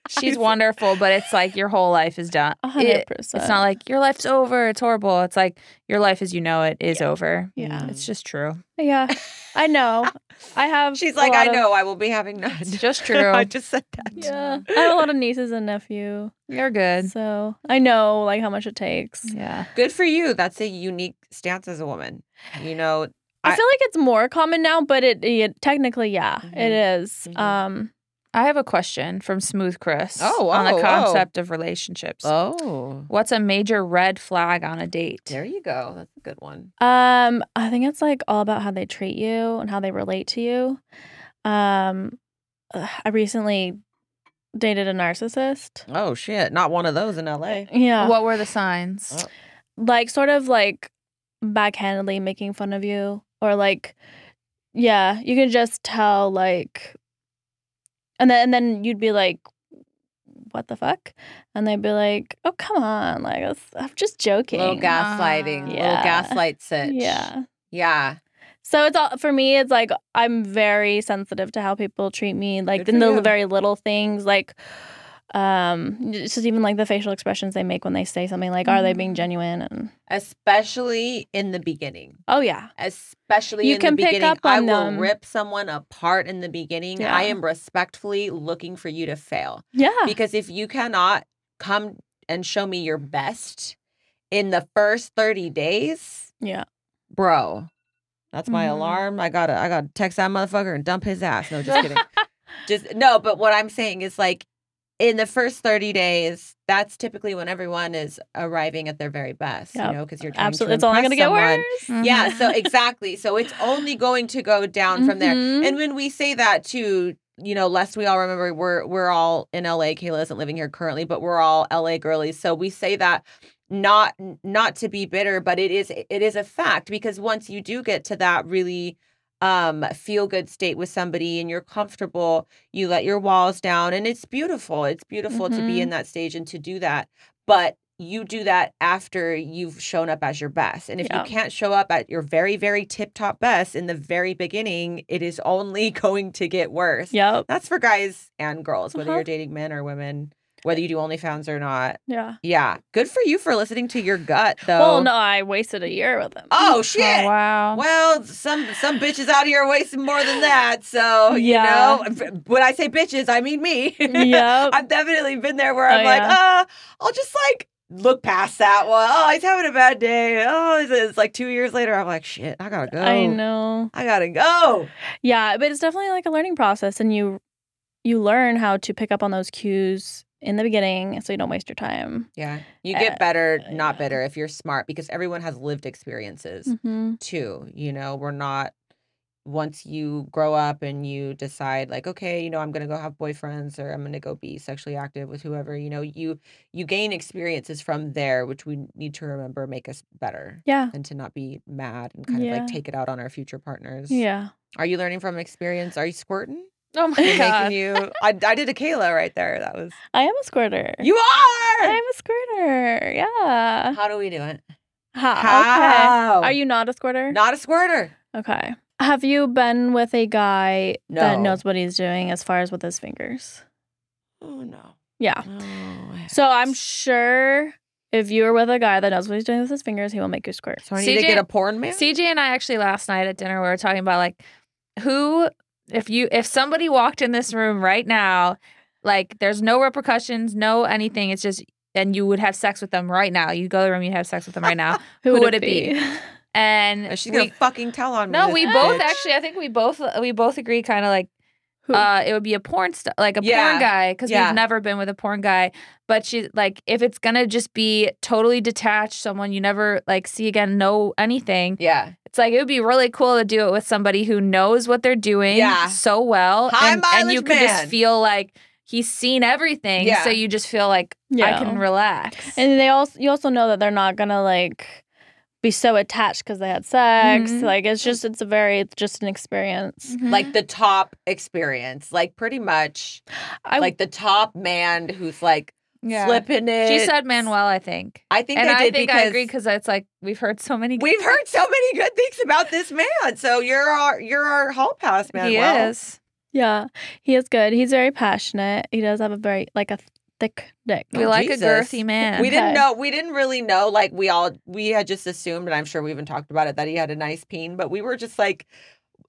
S3: She's wonderful, but it's like your whole life is done.
S1: a
S3: It-
S1: hundred percent.
S3: It's not like your life's over. It's horrible. It's like your life as you know it is over.
S1: Yeah.
S4: Mm.
S3: It's just true.
S1: Yeah. I
S4: *laughs*
S1: know. I have
S4: She's
S1: a
S4: like, I
S1: lot of-
S4: know I will be having none. *laughs*
S3: It's just true.
S4: I just said that.
S1: yeah. I have a lot of nieces and nephew.
S3: You're good.
S1: So I know
S4: Mm-hmm.
S1: like how much it takes.
S3: Yeah.
S4: Good for you. That's a unique stance as a woman. You know,
S1: I,
S4: I-
S1: feel like it's more common now, but it, it technically, yeah, it is.
S4: Mhm.
S1: Um,
S3: I have a question from Smooth Chris
S4: Oh,
S3: on the
S4: oh, oh.
S3: concept of relationships.
S4: Oh,
S3: What's a major red flag on a date?
S4: there you go. That's a good one.
S1: um, I think it's like all about how they treat you and how they relate to you. Um, *sighs* ugh, I recently dated a narcissist.
S4: Oh shit, not one of those in L.A.
S1: Yeah,
S3: What were the signs?
S4: Oh.
S1: like sort of like backhandedly making fun of you, or like, yeah, you can just tell like, and then and then you'd be like. What the fuck? And they'd be like, "Oh come on, like it's- I'm just joking."
S4: Little gaslighting, little
S1: Yeah.
S4: gaslight sitch.
S1: Yeah.
S4: yeah.
S1: So it's all for me. It's like I'm very sensitive to how people treat me, like
S4: Good
S1: in
S4: for
S1: the
S4: you.
S1: very little things, like um, it's just even like the facial expressions they make when they say something, like "Are they being
S3: Mm.
S1: genuine?" And
S4: Especially in the beginning.
S1: oh yeah,
S4: Especially
S1: You
S4: in
S1: can
S4: the
S1: pick
S4: beginning,
S1: up
S4: I
S1: on
S4: will
S1: them.
S4: rip someone apart in the beginning.
S1: Yeah.
S4: I am respectfully looking for you to fail.
S1: yeah,
S4: Because if you cannot come and show me your best in the first 30 days,
S1: yeah. Mm-hmm.
S4: bro. That's my
S3: Mhm.
S4: alarm. I gotta I gotta text that motherfucker and dump his ass.
S1: *laughs*
S4: No, just kidding. just no, but what I'm saying is like in the first 30 days, that's typically when everyone is arriving at their very best,
S1: Yep.
S4: you know, because you're trying
S1: Absolutely,
S4: to
S1: it's only
S4: impress
S1: gonna get
S4: someone.
S1: worse.
S3: Mhm.
S4: Yeah,
S1: *laughs*
S4: so exactly. So it's only going to go down from there.
S1: Mhm.
S4: And when we say that too, you know, lest we all remember we're we're all in LA. Kayla isn't living here currently, but we're all LA girlies. So we say that not not to be bitter, but it is it is a fact because once you do get to that really um feel good state with somebody and you're comfortable, you let your walls down and it's beautiful. It's beautiful to be
S1: Mhm.
S4: in that stage and to do that. But you do that after you've shown up as your best. And if
S1: Yeah.
S4: you can't show up at your very, very tip top best in the very beginning, it is only *laughs* going to get worse.
S1: Yep.
S4: That's for guys and girls, whether
S1: Uh-huh.
S4: you're dating men or women, whether you do OnlyFans or not.
S1: Yeah.
S4: Yeah. Good for you for listening to your gut, though.
S1: Well, no, Um, I wasted a year with him. *laughs*
S4: Oh, *laughs* shit.
S3: Oh, wow.
S4: Well, some some bitches out here wasting more than that. So
S1: Yeah.
S4: you know, when I say bitches, I mean me.
S1: Yep.
S4: I've definitely been there where
S1: Oh,
S4: I'm like,
S1: yeah.
S4: uh, I'll just like look past that one. Oh, he's having a bad day. Oh, it's, it's like two years later. I'm like, shit, I gotta go.
S1: I know.
S4: I gotta go.
S1: Yeah, but it's definitely like a learning process, and you you learn how to pick up on those cues in the beginning, so you don't waste your time.
S4: Yeah, you
S1: Uh,
S4: get better, not
S1: yeah.
S4: better, if you're smart because everyone has lived experiences.
S1: Mm-hmm.
S4: too. You know, we're not once you grow up and you decide like okay you know i'm going to go have boyfriends or i'm going to go be sexually active with whoever you know you you gain experiences from there which we need to remember make us better
S1: Yeah.
S4: and to not be mad and kind of
S1: Yeah.
S4: like take it out on our future partners
S1: Yeah.
S4: are you learning from experience are
S3: *laughs*
S4: you squirting
S3: Oh my
S4: *laughs* You're
S3: god.
S4: making you I, I did a kayla right there
S3: *laughs*
S4: that was
S1: I am a squirter.
S4: you are
S1: I'm a squirter. Yeah.
S4: how do we do it
S3: Uh,
S1: Ha,
S4: how
S1: Okay. Are you not a squirter?
S4: not a squirter
S1: Okay. Have you been with a guy that
S4: No.
S1: knows what he's doing as far as with his fingers?
S4: oh no
S1: Yeah.
S4: no I
S1: So I'm sure if you are with a guy that knows what he's doing with his fingers, he will make you squirt.
S4: So I need to
S3: CJ
S4: get a porn man.
S3: CJ and I actually last night at dinner we were talking about like who if you if somebody walked in this room right now, like there's no repercussions, no anything. It's just and you would have sex with them right now. You go to the room, you have sex with them right
S4: *laughs*
S3: now. Who would it be?
S4: Uh,
S3: And
S4: She's
S3: we,
S4: gonna fucking tell on me.
S3: no,
S4: this
S3: we both
S4: bitch.
S3: actually. I think we both we both agree, kind of like
S1: Who?
S3: uh, it would be a porn star, like a
S4: Yeah.
S3: porn guy, because
S4: Yeah.
S3: we've never been with a porn guy. But she like if it's gonna just be totally detached, someone you never like see again, know anything.
S4: Yeah.
S3: It's like it would be really cool to do it with somebody who knows what they're doing
S4: Yeah.
S3: so well,
S4: High
S3: and, and you
S4: mileage
S3: could just
S4: man.
S3: feel like he's seen everything.
S4: Yeah.
S3: So you just feel like I
S1: Yeah.
S3: can relax.
S1: And they also you also know that they're not gonna like be so attached because they had sex.
S3: Mhm.
S1: Like it's just it's a very it's just an experience.
S3: Mhm. *laughs*
S4: Like the top experience, like pretty much,
S1: I
S4: like the top man who's like
S1: Mm-hmm.
S3: yeah.
S4: flipping it.
S3: She said Manuel, I think.
S4: I think
S3: and
S4: I
S3: I,
S4: did
S3: think
S4: because
S3: I agree because it's like we've heard so many.
S4: we've heard so many good things about this man. So you're our you're our hall pass man.
S3: he
S4: well,
S3: is.
S1: yeah, he is good. He's very passionate. He does have a very like a thick dick.
S3: We
S4: Oh,
S3: like
S4: Jesus.
S3: a girthy man.
S4: We didn't
S1: Okay.
S4: know. We didn't really know. Like we all, we had just assumed, and I'm sure we even talked about it, that he had a nice peen. But we were just like,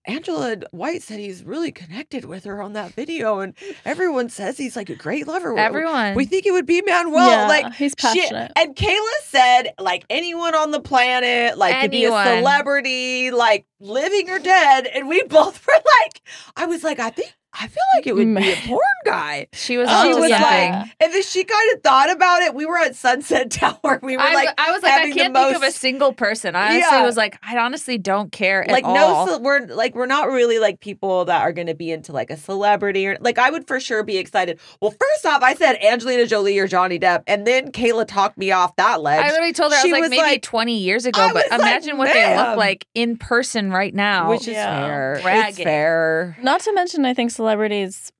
S4: Angela White said he's really connected with her on that video, and everyone says he's like a great lover. *laughs* We-
S3: Everyone.
S4: we think it would be Manuel.
S1: Yeah,
S4: Like
S1: he's
S4: Shit.
S1: passionate.
S4: And Kayla said, like anyone on the planet, like could be a
S3: Anyone.
S4: celebrity, like living or dead. And we both *laughs* were like, I was like, I think I feel like it would
S3: *laughs*
S4: be a porn guy.
S3: she was,
S4: Oh, She
S3: onto
S4: was
S3: something.
S4: like, and then she kind of thought about it. We were at Sunset *laughs* Tower. We were
S3: I,
S4: like,
S3: I was like, I
S4: having the
S3: can't think of a
S4: most-
S3: single person. I honestly
S4: Yeah.
S3: was like, I honestly don't care at
S4: like
S3: all.
S4: no, ce- we're like we're not really like people that are going to be into like a celebrity or like I would for sure be excited. Well, first off, I said Angelina Jolie or Johnny Depp, and then Kayla talked me off that ledge.
S3: I literally told her I
S4: She
S3: was like
S4: was
S3: maybe
S4: like-
S3: 20 years ago,
S4: I
S3: but
S4: was like,
S3: imagine what they look
S4: "Ma'am."
S3: like in person right now.
S4: Which is
S1: Yeah.
S4: fair. It's
S3: Ragged.
S4: fair.
S1: Not to mention, I think celebrities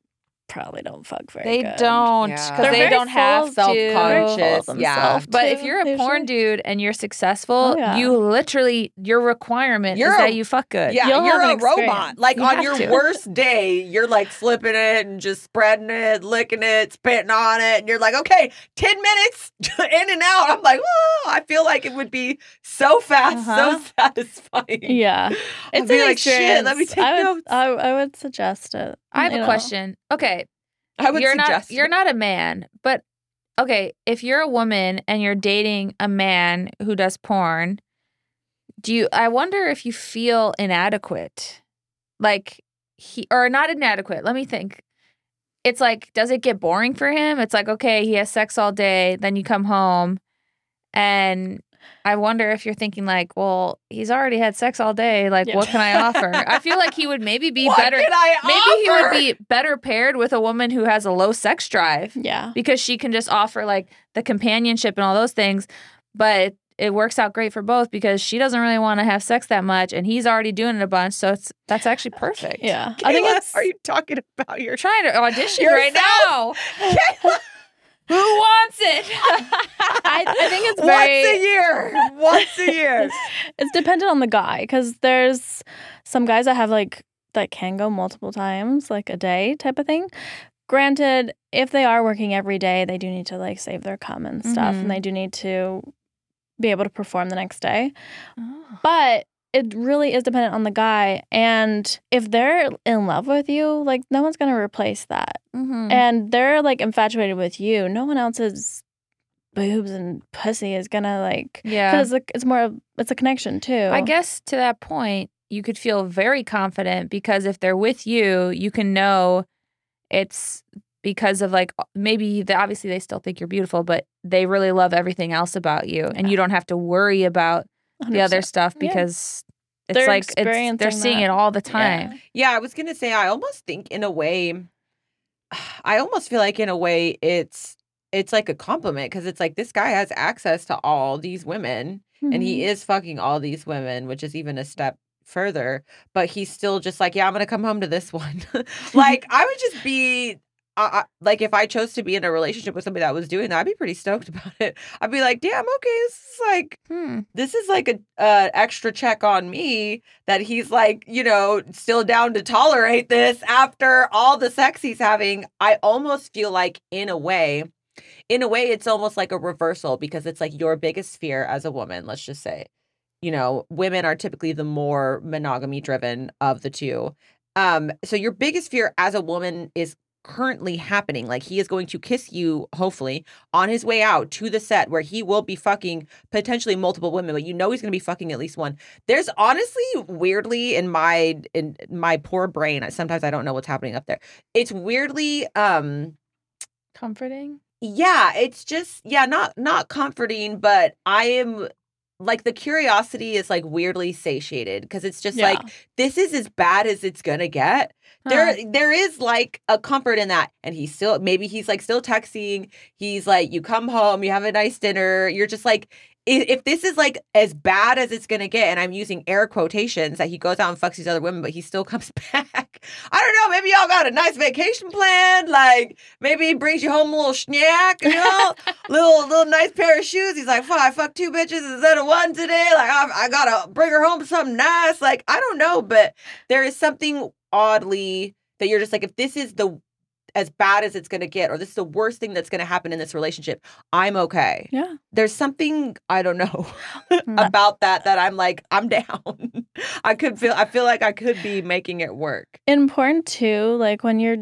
S1: probably don't fuck very
S3: they
S1: good.
S3: don't
S4: Yeah.
S3: because
S4: They're
S3: they
S1: very
S3: don't have
S1: full of
S3: to.
S4: Self-conscious.
S1: Full of
S4: yeah.
S1: themselves,
S3: But if
S1: too,
S3: you're a porn
S1: usually.
S3: dude and you're successful,
S1: Oh, yeah.
S3: you literally your requirement
S4: You're
S3: is
S4: a-
S3: that you fuck good.
S4: Yeah,
S1: You'll
S4: you're
S1: have
S4: a
S1: an
S4: robot.
S1: experience.
S4: Like
S3: You
S4: on
S3: have
S4: your
S3: to.
S4: worst day, you're like flipping it and just spreading it, licking it, spitting on it, and you're like, okay, ten minutes *laughs* in and out. I'm like, oh, I feel like it would be so fast,
S3: Uh-huh.
S4: so satisfying.
S1: *laughs* Yeah,
S4: I'd
S1: it's
S4: be
S1: an
S4: like, shit,
S1: experience.
S4: let me take
S1: I would,
S4: notes.
S1: I, I would suggest it.
S3: I have
S1: you
S3: a
S1: know.
S3: question. Okay,
S4: I would
S3: you're
S4: suggest
S3: not you're not a man, but okay, if you're a woman and you're dating a man who does porn, do you I wonder if you feel inadequate? Like he or not inadequate. Let me think. It's like does it get boring for him? It's like okay, he has sex all day, then you come home and I wonder if you're thinking like, well, he's already had sex all day, like
S1: Yeah.
S3: what can I offer? I feel like he would maybe be
S4: *laughs* what
S3: better
S4: Can I
S3: Maybe
S4: offer?
S3: he would be better paired with a woman who has a low sex drive
S1: Yeah,
S3: because she can just offer like the companionship and all those things. But it, it works out great for both because she doesn't really want to have sex that much and he's already doing it a bunch. So it's that's actually perfect.
S1: yeah.
S4: Kayla,
S1: I think it's
S4: are you talking about
S3: *laughs*
S4: your
S3: You're trying to audition right now.
S4: Yourself? Kayla,
S3: *laughs* Who wants *laughs* it?
S1: I, I think
S3: *laughs*
S1: it's
S4: once
S1: very
S4: a year? Once a year.
S1: it's dependent on the guy because there's some guys that have like that can go multiple times like a day type of thing granted if they are working every day they do need to like save their cum and stuff
S3: Mhm.
S1: and they do need to be able to perform the next day
S3: Oh.
S1: but it really is dependent on the guy and if they're in love with you like no one's going to replace that
S3: Mhm.
S1: and they're like infatuated with you no one else's boobs and pussy is going to like
S3: yeah.
S1: because it's more of it's a connection too
S3: I guess to that point, you could feel very confident because if they're with you, you can know it's because of like maybe the, obviously they still think you're beautiful, but they really love everything else about you, and you don't have to worry about the other
S1: 100%.
S3: stuff
S1: Yeah.
S3: because it's
S1: They're
S3: like it's, they're
S1: experiencing
S3: seeing
S1: that.
S3: it all the
S1: Yeah.
S3: time.
S4: Yeah, I was gonna say I almost think in a way *sighs* I almost feel like in a way it's it's like a compliment because it's like this guy has access to all these women and he is fucking all these women, which is even a step further, but he's still just like, Yeah, I'm gonna come home to this one. *laughs* like I would just be I, I, like if I chose to be in a relationship with somebody that was doing that, I'd be pretty stoked *laughs* about it. I'd be like, "Damn, okay, this is like
S3: Hmm.
S4: this is like a uh, extra check on me that he's like you know still down to tolerate this after all the sex he's having i almost feel like in a way in a way it's almost like a reversal because it's like your biggest fear as a woman let's just say you know women are typically the more monogamy driven of the two um so your biggest fear as a woman is currently happening like he is going to kiss you hopefully on his way out to the set where he will be fucking potentially multiple women, but you know he's gonna be fucking at least one. There's honestly weirdly in my in my poor brain, sometimes I don't know what's happening up there. It's weirdly um
S3: Comforting.
S4: yeah, it's just yeah, not not comforting, but I am like the curiosity is like weirdly satiated because it's just like this is as bad as it's gonna get
S3: Huh.
S4: there there is like a comfort in that and he's still maybe he's like still texting he's like you come home you have a nice dinner you're just like i- if this is like as bad as it's gonna get, and I'm using air quotations that he goes out and fucks these other women, but he still comes *laughs* back. I don't know. Maybe y'all got a nice vacation planned. Like maybe he brings you home a little snack, you know, little little nice pair of shoes. He's like, fuck, I fucked two bitches instead of one today. Like I, I gotta bring her home something nice. Like I don't know, but there is something oddly that you're just like if this is the as bad as it's going to get, or this is the worst thing that's going to happen in this relationship. I'm okay.
S1: Yeah.
S4: There's something I don't know
S1: Mm.
S4: about that that I'm like I'm down. *laughs* I could feel I feel like I could be making it work.
S1: Important too, like when you're,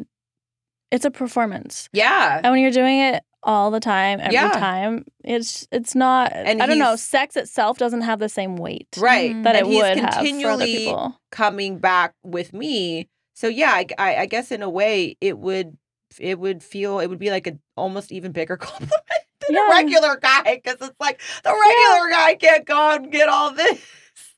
S1: it's a performance.
S4: Yeah.
S1: And when you're doing it all the time, every
S4: Yeah.
S1: time, it's it's not.
S4: And
S1: I don't know.
S4: he's-
S1: Sex itself doesn't have the same weight
S4: Right.
S3: Mm.
S1: that
S4: and
S1: it
S4: he's
S1: would have for other
S4: continually
S1: people.
S4: coming back with me. So yeah, I, I, I guess in a way it would it would feel it would be like an almost even bigger *laughs* compliment than
S1: Yeah.
S4: a regular guy because it's like the regular guy can't go out and get all this.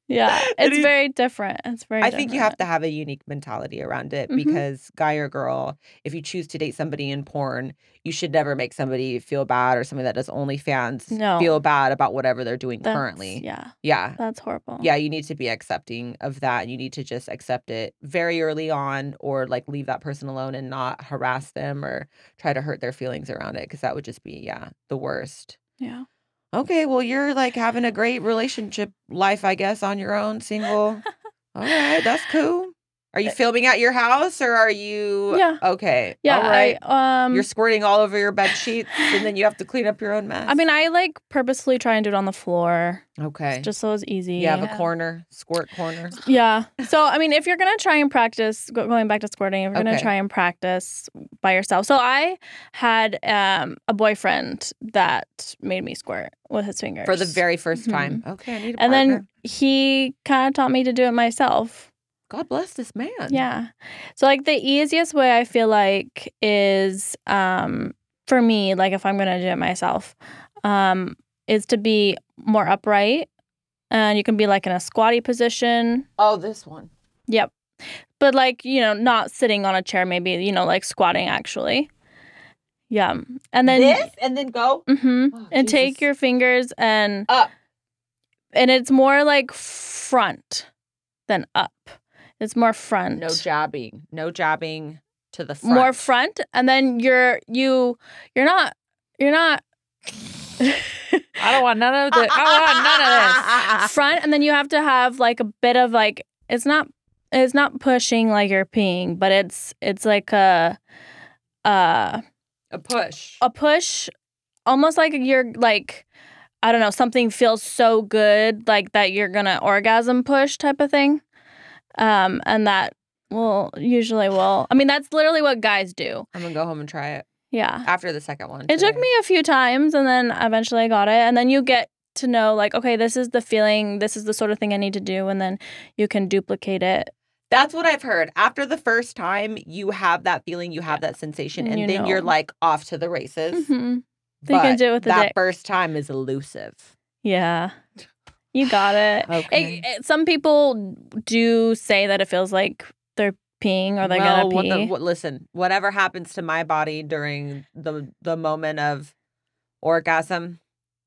S1: Yeah,
S4: *laughs* And
S1: it's
S4: he-
S1: very different. It's very.
S4: I think you have to have a unique mentality around it
S1: Mhm.
S4: because guy or girl, if you choose to date somebody in porn, you should never make somebody feel bad or somebody that does OnlyFans
S1: No.
S4: feel bad about whatever they're doing
S1: That's-
S4: currently.
S1: Yeah,
S4: yeah.
S1: that's horrible.
S4: yeah you need to be accepting of that you need to just accept it very early on or like leave that person alone and not harass them or try to hurt their feelings around it because that would just be yeah the worst
S1: yeah.
S4: okay well you're like having a great relationship life i guess on your own *laughs* single all right that's cool are you filming at your house or are you
S1: Yeah.
S4: okay
S1: Yeah.
S4: all right
S1: I, um.
S4: you're squirting all over your bed sheets and *laughs* then you have to clean up your own mess
S1: I mean, I like purposefully try and do it on the floor,
S4: okay
S1: just so it's easy.
S4: you have
S3: Yeah.
S4: a corner squirt corner
S1: Yeah. So, I mean, if you're going to try and practice, go- going back to squirting, if you're going
S4: Okay.
S1: to try and practice by yourself. So, I had um, a boyfriend that made me squirt with his fingers.
S4: for the very 1st
S1: Mhm.
S4: time. Okay, I need a
S1: And
S4: partner.
S1: then he kind of taught me to do it myself.
S4: God bless this man.
S1: Yeah. So, like, the easiest way I feel like is um, for me, like, if I'm going to do it myself, um, is to be more upright. And you can be like in a squatty position.
S4: Oh, this one.
S1: Yep. But like, you know, not sitting on a chair, maybe, you know, like squatting actually. Yeah. And then
S4: this and then go
S1: hmm
S4: Oh,
S1: and take
S4: Jesus.
S1: your fingers and
S4: Up.
S1: And it's more like front than up. It's more front.
S4: No jabbing. No jabbing to the front.
S1: More
S4: *laughs*
S1: front. And then you're you you're not you're
S4: *laughs*
S1: not
S3: I don't want none
S4: Ah,
S3: of the.
S1: *laughs*
S3: I want none of this.
S1: front and then you have to have like a bit of like it's not it's not pushing like you're peeing, but it's it's like a uh
S4: A push.
S1: a push almost like you're like i don't know something feels so good like that you're gonna orgasm push type of thing um and that will usually will i mean that's literally what guys do
S4: I'm gonna go home and try it
S1: yeah
S4: after the second one.
S1: it took
S4: today.
S1: me a few times and then eventually i got it and then you get to know like okay this is the feeling this is the sort of thing i need to do and then you can duplicate it
S4: That's what I've heard. After the first time, you have that feeling, you have that sensation,
S1: And
S4: and
S1: you
S4: then you're
S1: know.
S4: like off to the races.
S1: hmm Then you can
S4: But
S1: do it with the
S4: that
S1: dick.
S4: first time is elusive.
S1: yeah you got it
S4: Okay.
S1: It, it- some people do say that it feels like they're peeing or they're
S4: well,
S1: gonna
S4: what
S1: pee.
S4: the- what- listen, whatever happens to my body during the the moment of orgasm,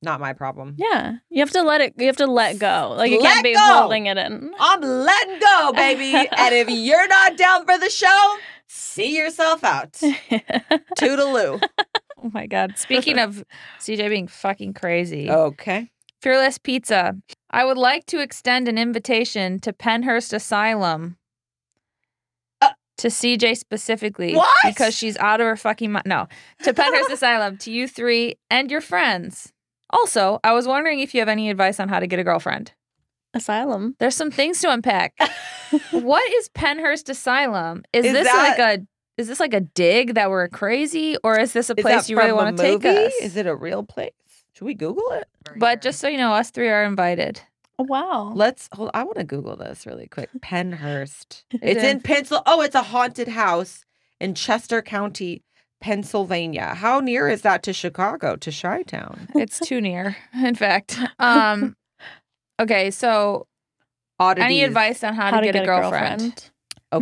S4: not my problem.
S1: yeah, you have to let it. You have to let go. Like you
S4: Let
S1: can't be
S4: go!
S1: holding it in. *laughs*
S4: I'm letting go, baby.
S3: *laughs*
S4: and if you're not down for the show, see yourself out.
S3: *laughs*
S4: Toodaloo.
S3: Oh my God.
S1: *laughs*
S3: Speaking of CJ being fucking crazy.
S4: Okay.
S3: Fearless Pizza. I would like to extend an invitation to Penhurst Asylum.
S4: Uh,
S3: to CJ specifically.
S4: What?
S3: Because she's out of her fucking mind. No. To
S4: *laughs*
S3: Penhurst Asylum, to you three and your friends. Also, I was wondering if you have any advice on how to get a girlfriend.
S1: Asylum.
S3: There's some things to
S4: *laughs*
S3: unpack. what is Penhurst Asylum? Is,
S4: Is
S3: this
S4: that-
S3: like a is this like a dig that we're crazy or is this a
S4: Is
S3: place
S4: that
S3: you really
S4: from a
S3: want to take
S4: movie?
S3: us?
S4: Is it a real place? Should we Google it?
S3: but just so you know, us three are invited.
S1: Oh, Wow.
S4: let's hold I want to Google this really quick. Penhurst.
S3: It's
S4: it's in
S3: in-
S4: Pencil. Oh, it's a haunted house in Chester County, Pennsylvania. How near is that to Chicago, to Chi Town?
S3: It's too near, *laughs* in fact. Um, okay, so any
S4: Oddities.
S3: advice on how, to, get, a girlfriend?
S1: Me.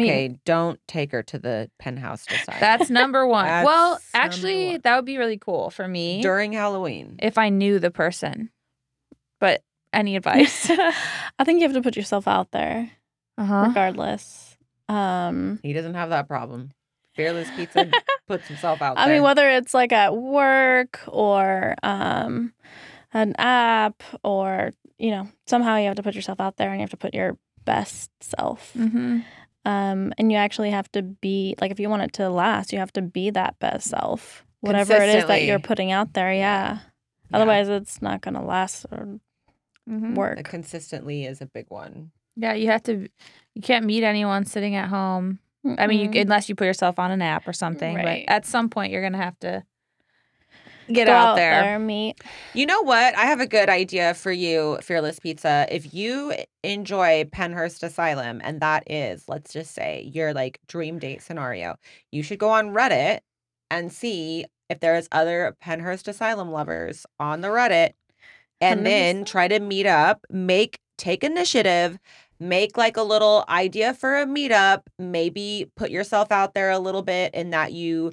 S4: Okay, don't take her to the penthouse to sign.
S3: *laughs* That's number one.
S4: That's
S3: well,
S4: number
S3: actually,
S4: one.
S3: that would be really cool for me
S4: during Halloween.
S3: if I knew the person. But *laughs* any
S1: *laughs*
S3: advice?
S1: I think you have to put yourself out there,
S3: uh-huh.
S1: regardless. Um,
S4: He doesn't have that problem. Fearless Pizza puts himself out
S1: I
S4: there.
S1: mean, whether it's like at work or um, an app or you know, somehow you have to put yourself out there and you have to put your best self.
S3: Mm-hmm.
S1: Um, and you actually have to be like, if you want it to last, you have to be that best self, whatever it is that
S4: Consistently.
S1: you're putting out there. Yeah.
S4: Yeah. Mm-hmm.
S1: Otherwise, it's not going to last or
S3: Mhm.
S4: The
S1: work.
S4: consistently is a big one.
S3: Yeah, you have to. You can't meet anyone sitting at home. I mean,
S1: Mhm.
S3: you, unless you put yourself on an app or something.
S1: Right.
S3: But at some point, you're gonna have to get
S1: Go
S3: out, there.
S1: meet.
S4: You know what? I have a good idea for you, Fearless Pizza. If you enjoy Penhurst Asylum, and that is, let's just say, your like dream date scenario, you should go on Reddit and see if there is other Penhurst Asylum lovers on the Reddit, and
S1: 100%.
S4: then try to meet up, make take initiative. Make like a little idea for a meetup. Maybe put yourself out there a little bit in that you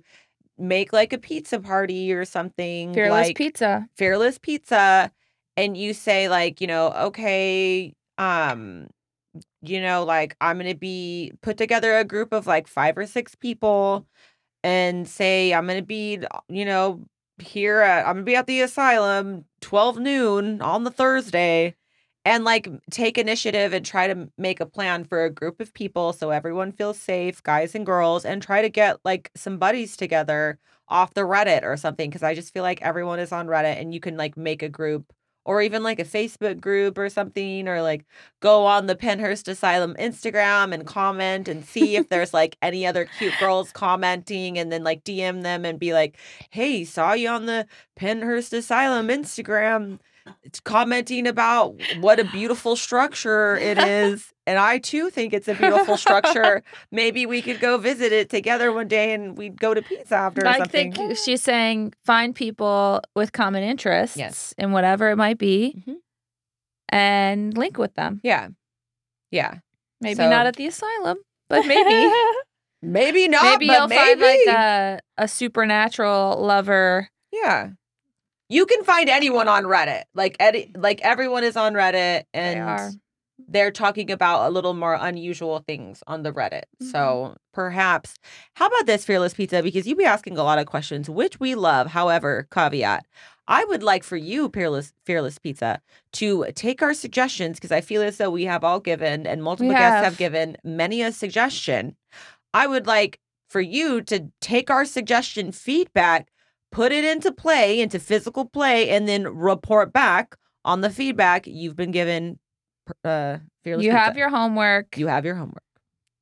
S4: make like a pizza party or something.
S3: Fearless
S4: like,
S3: pizza.
S4: fearless pizza and you say like you know okay um you know like i'm gonna be put together a group of like five or six people and say i'm gonna be you know here at, i'm gonna be at the asylum 12 noon on the thursday and like take initiative and try to make a plan for a group of people so everyone feels safe guys and girls and try to get like some buddies together off the Reddit or something because I just feel like everyone is on Reddit and you can like make a group or even like a Facebook group or something or like go on the Penhurst Asylum Instagram and comment and see if there's like any other cute girls commenting and then like DM them and be like, "Hey, saw you on the Penhurst Asylum Instagram." It's commenting about what a beautiful structure it is. And I too think it's a beautiful structure. Maybe we could go visit it together one day and we'd go to pizza after or
S3: I
S4: something.
S3: think she's saying find people with common interests
S4: Yes.
S3: in whatever it might be,
S4: Mhm.
S3: and link with them.
S4: Yeah. Yeah.
S3: Maybe
S4: So-
S3: not at the asylum, but
S4: *laughs*
S3: maybe.
S4: Maybe not.
S3: maybe
S4: but
S3: you'll
S4: maybe.
S3: find like a, a supernatural lover.
S4: yeah. You can find anyone on Reddit. Like edi- like everyone is on Reddit and
S3: are.
S4: they're talking about a little more unusual things on the Reddit. So perhaps how about this fearless pizza because you be asking a lot of questions which we love. However, caveat I would like for you, Fearless Fearless Pizza, to take our suggestions because I feel as though we have all given and multiple guests have
S3: have.
S4: given many a suggestion. I would like for you to take our suggestion feedback, put it into play, into physical play, and then report back on the feedback you've been given. Uh, Fearless
S3: you
S4: Pizza.
S3: have your homework.
S4: you have your homework.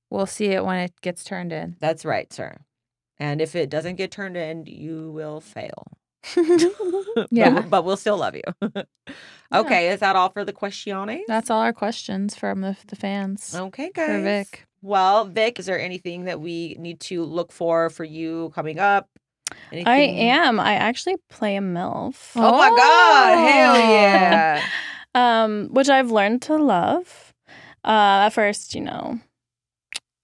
S3: we'll see it when it gets turned in.
S4: That's right, sir. And if it doesn't get turned in, you
S3: *laughs*
S4: will fail. But
S3: Yeah.
S4: w- But, we'll still love you. *laughs* okay, is that all for the questiones?
S3: That's all our questions from the, the fans.
S4: okay, guys.
S3: for Vic.
S4: Well, Vic, is there anything that we need to look for for you coming up? Anything?
S1: I am. I actually play a MILF,
S4: Oh, my God! Hell
S3: Oh.
S4: yeah!
S3: *laughs*
S4: Oh.
S1: um, which I've learned to love. Uh, at first, you know,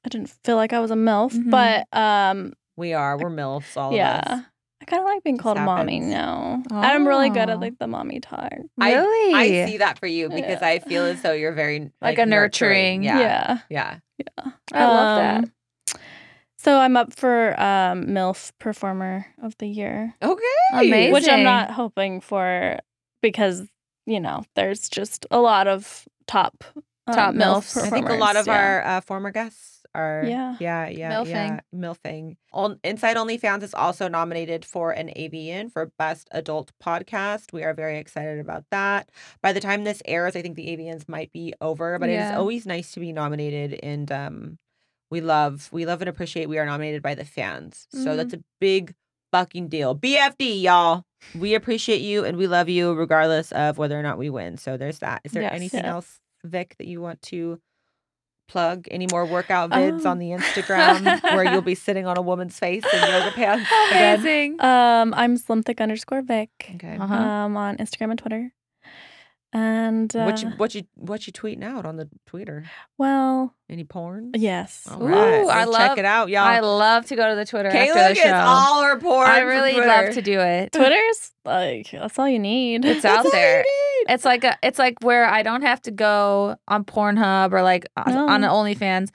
S1: I didn't feel like I was a MILF,
S3: Mhm.
S1: but um,
S4: we are. We're milfs, Mm-hmm. all
S1: yeah.
S4: of us.
S1: I kind of like being
S4: This
S1: called mommy
S4: happens.
S1: now. I'm really good
S3: Oh.
S1: at like the mommy talk.
S4: I-
S3: really?
S4: I see that for you because
S1: Yeah.
S4: I feel as though you're very
S3: Like a nurturing.
S4: Yeah. yeah,
S1: yeah.
S3: I love that.
S1: Um, So I'm up for um, MILF Performer of the Year,
S4: Okay.
S3: Amazing.
S1: which
S3: Amazing.
S1: I'm
S4: *laughs*
S1: not hoping for because you know there's just a lot of top um,
S3: Top
S1: MILF.
S3: MILFs.
S4: I think a lot
S1: performers,
S4: of
S1: yeah.
S4: our uh, former guests are
S1: Yeah.
S4: yeah, yeah,
S3: Milfing.
S4: yeah, milfing. On, Inside OnlyFans is also nominated for an ABN for Best Adult Podcast. We are very excited about that. By the time this airs, I think the ABNs might be over, but it is
S3: Yeah.
S4: always nice to be nominated and um we love we love and appreciate we are nominated by the fans. So
S3: Mhm.
S4: that's a big fucking deal. BFD, y'all. We appreciate you and we love you regardless of whether or not we win. So there's that. Is there
S3: Yes.
S4: anything
S1: Yeah.
S4: else, Vic, that you want to plug? Any more workout vids on
S1: Um.
S4: the Instagram where
S3: *laughs*
S4: you'll be sitting on a woman's face in yoga pants again?
S3: Amazing.
S1: Um, I'm slimthick underscore Vic
S4: Okay.
S3: Uh-huh.
S1: um, on Instagram and Twitter. And uh,
S4: What you what you what you tweeting out on the Twitter?
S1: well,
S4: Any porn?
S1: yes.
S4: All
S3: Ooh,
S4: right.
S3: I
S4: Well,
S3: love-
S4: check it out, y'all.
S3: I love to go to the Twitter
S4: Kayla
S3: after the
S4: gets
S3: show.
S4: all her porn.
S3: I
S4: from
S3: really
S4: Twitter.
S3: love to do
S4: *laughs*
S3: it.
S1: Twitter's like *laughs* that's all you need.
S3: It's
S4: That's
S3: out
S4: all you
S3: there.
S4: need.
S3: It's like a, it's like where I don't have to go on Pornhub or like on
S1: No.
S3: on OnlyFans,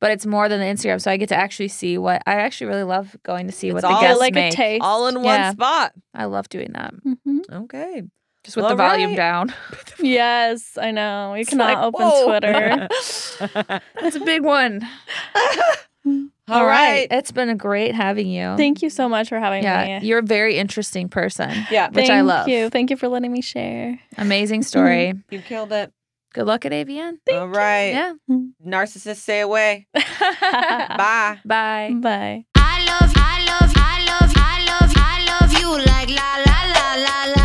S3: but it's more than the Instagram, so I get to actually see what I actually really love going to see
S4: It's
S3: what the
S4: all
S3: guests
S1: like
S3: make.
S1: a taste.
S4: all in one
S3: Yeah.
S4: spot.
S3: I love doing that.
S1: Mhm.
S4: Okay.
S3: Just with
S4: All
S3: the volume
S4: right. *laughs*
S3: down.
S1: Yes, I know. You
S3: It's
S1: cannot
S3: like,
S1: open
S3: whoa.
S1: Twitter.
S4: *laughs*
S3: *laughs* That's a big one.
S4: All right.
S3: It's been a great having
S1: *laughs*
S3: you.
S1: Thank you so much for having
S3: yeah,
S1: me.
S3: you're a very interesting person.
S4: Yeah.
S3: which I
S1: Thank
S3: love.
S1: you. Thank you for letting me *laughs* share.
S4: Mm-hmm.
S3: Amazing story.
S4: You killed it.
S3: Good luck at AVN.
S4: All right.
S3: Yeah. Uh-uh.
S4: Narcissists, stay away.
S3: Bye.
S4: Bye.
S3: Bye.
S1: Bye.
S2: I love, I love, I love, I love, I love you like la la la la la la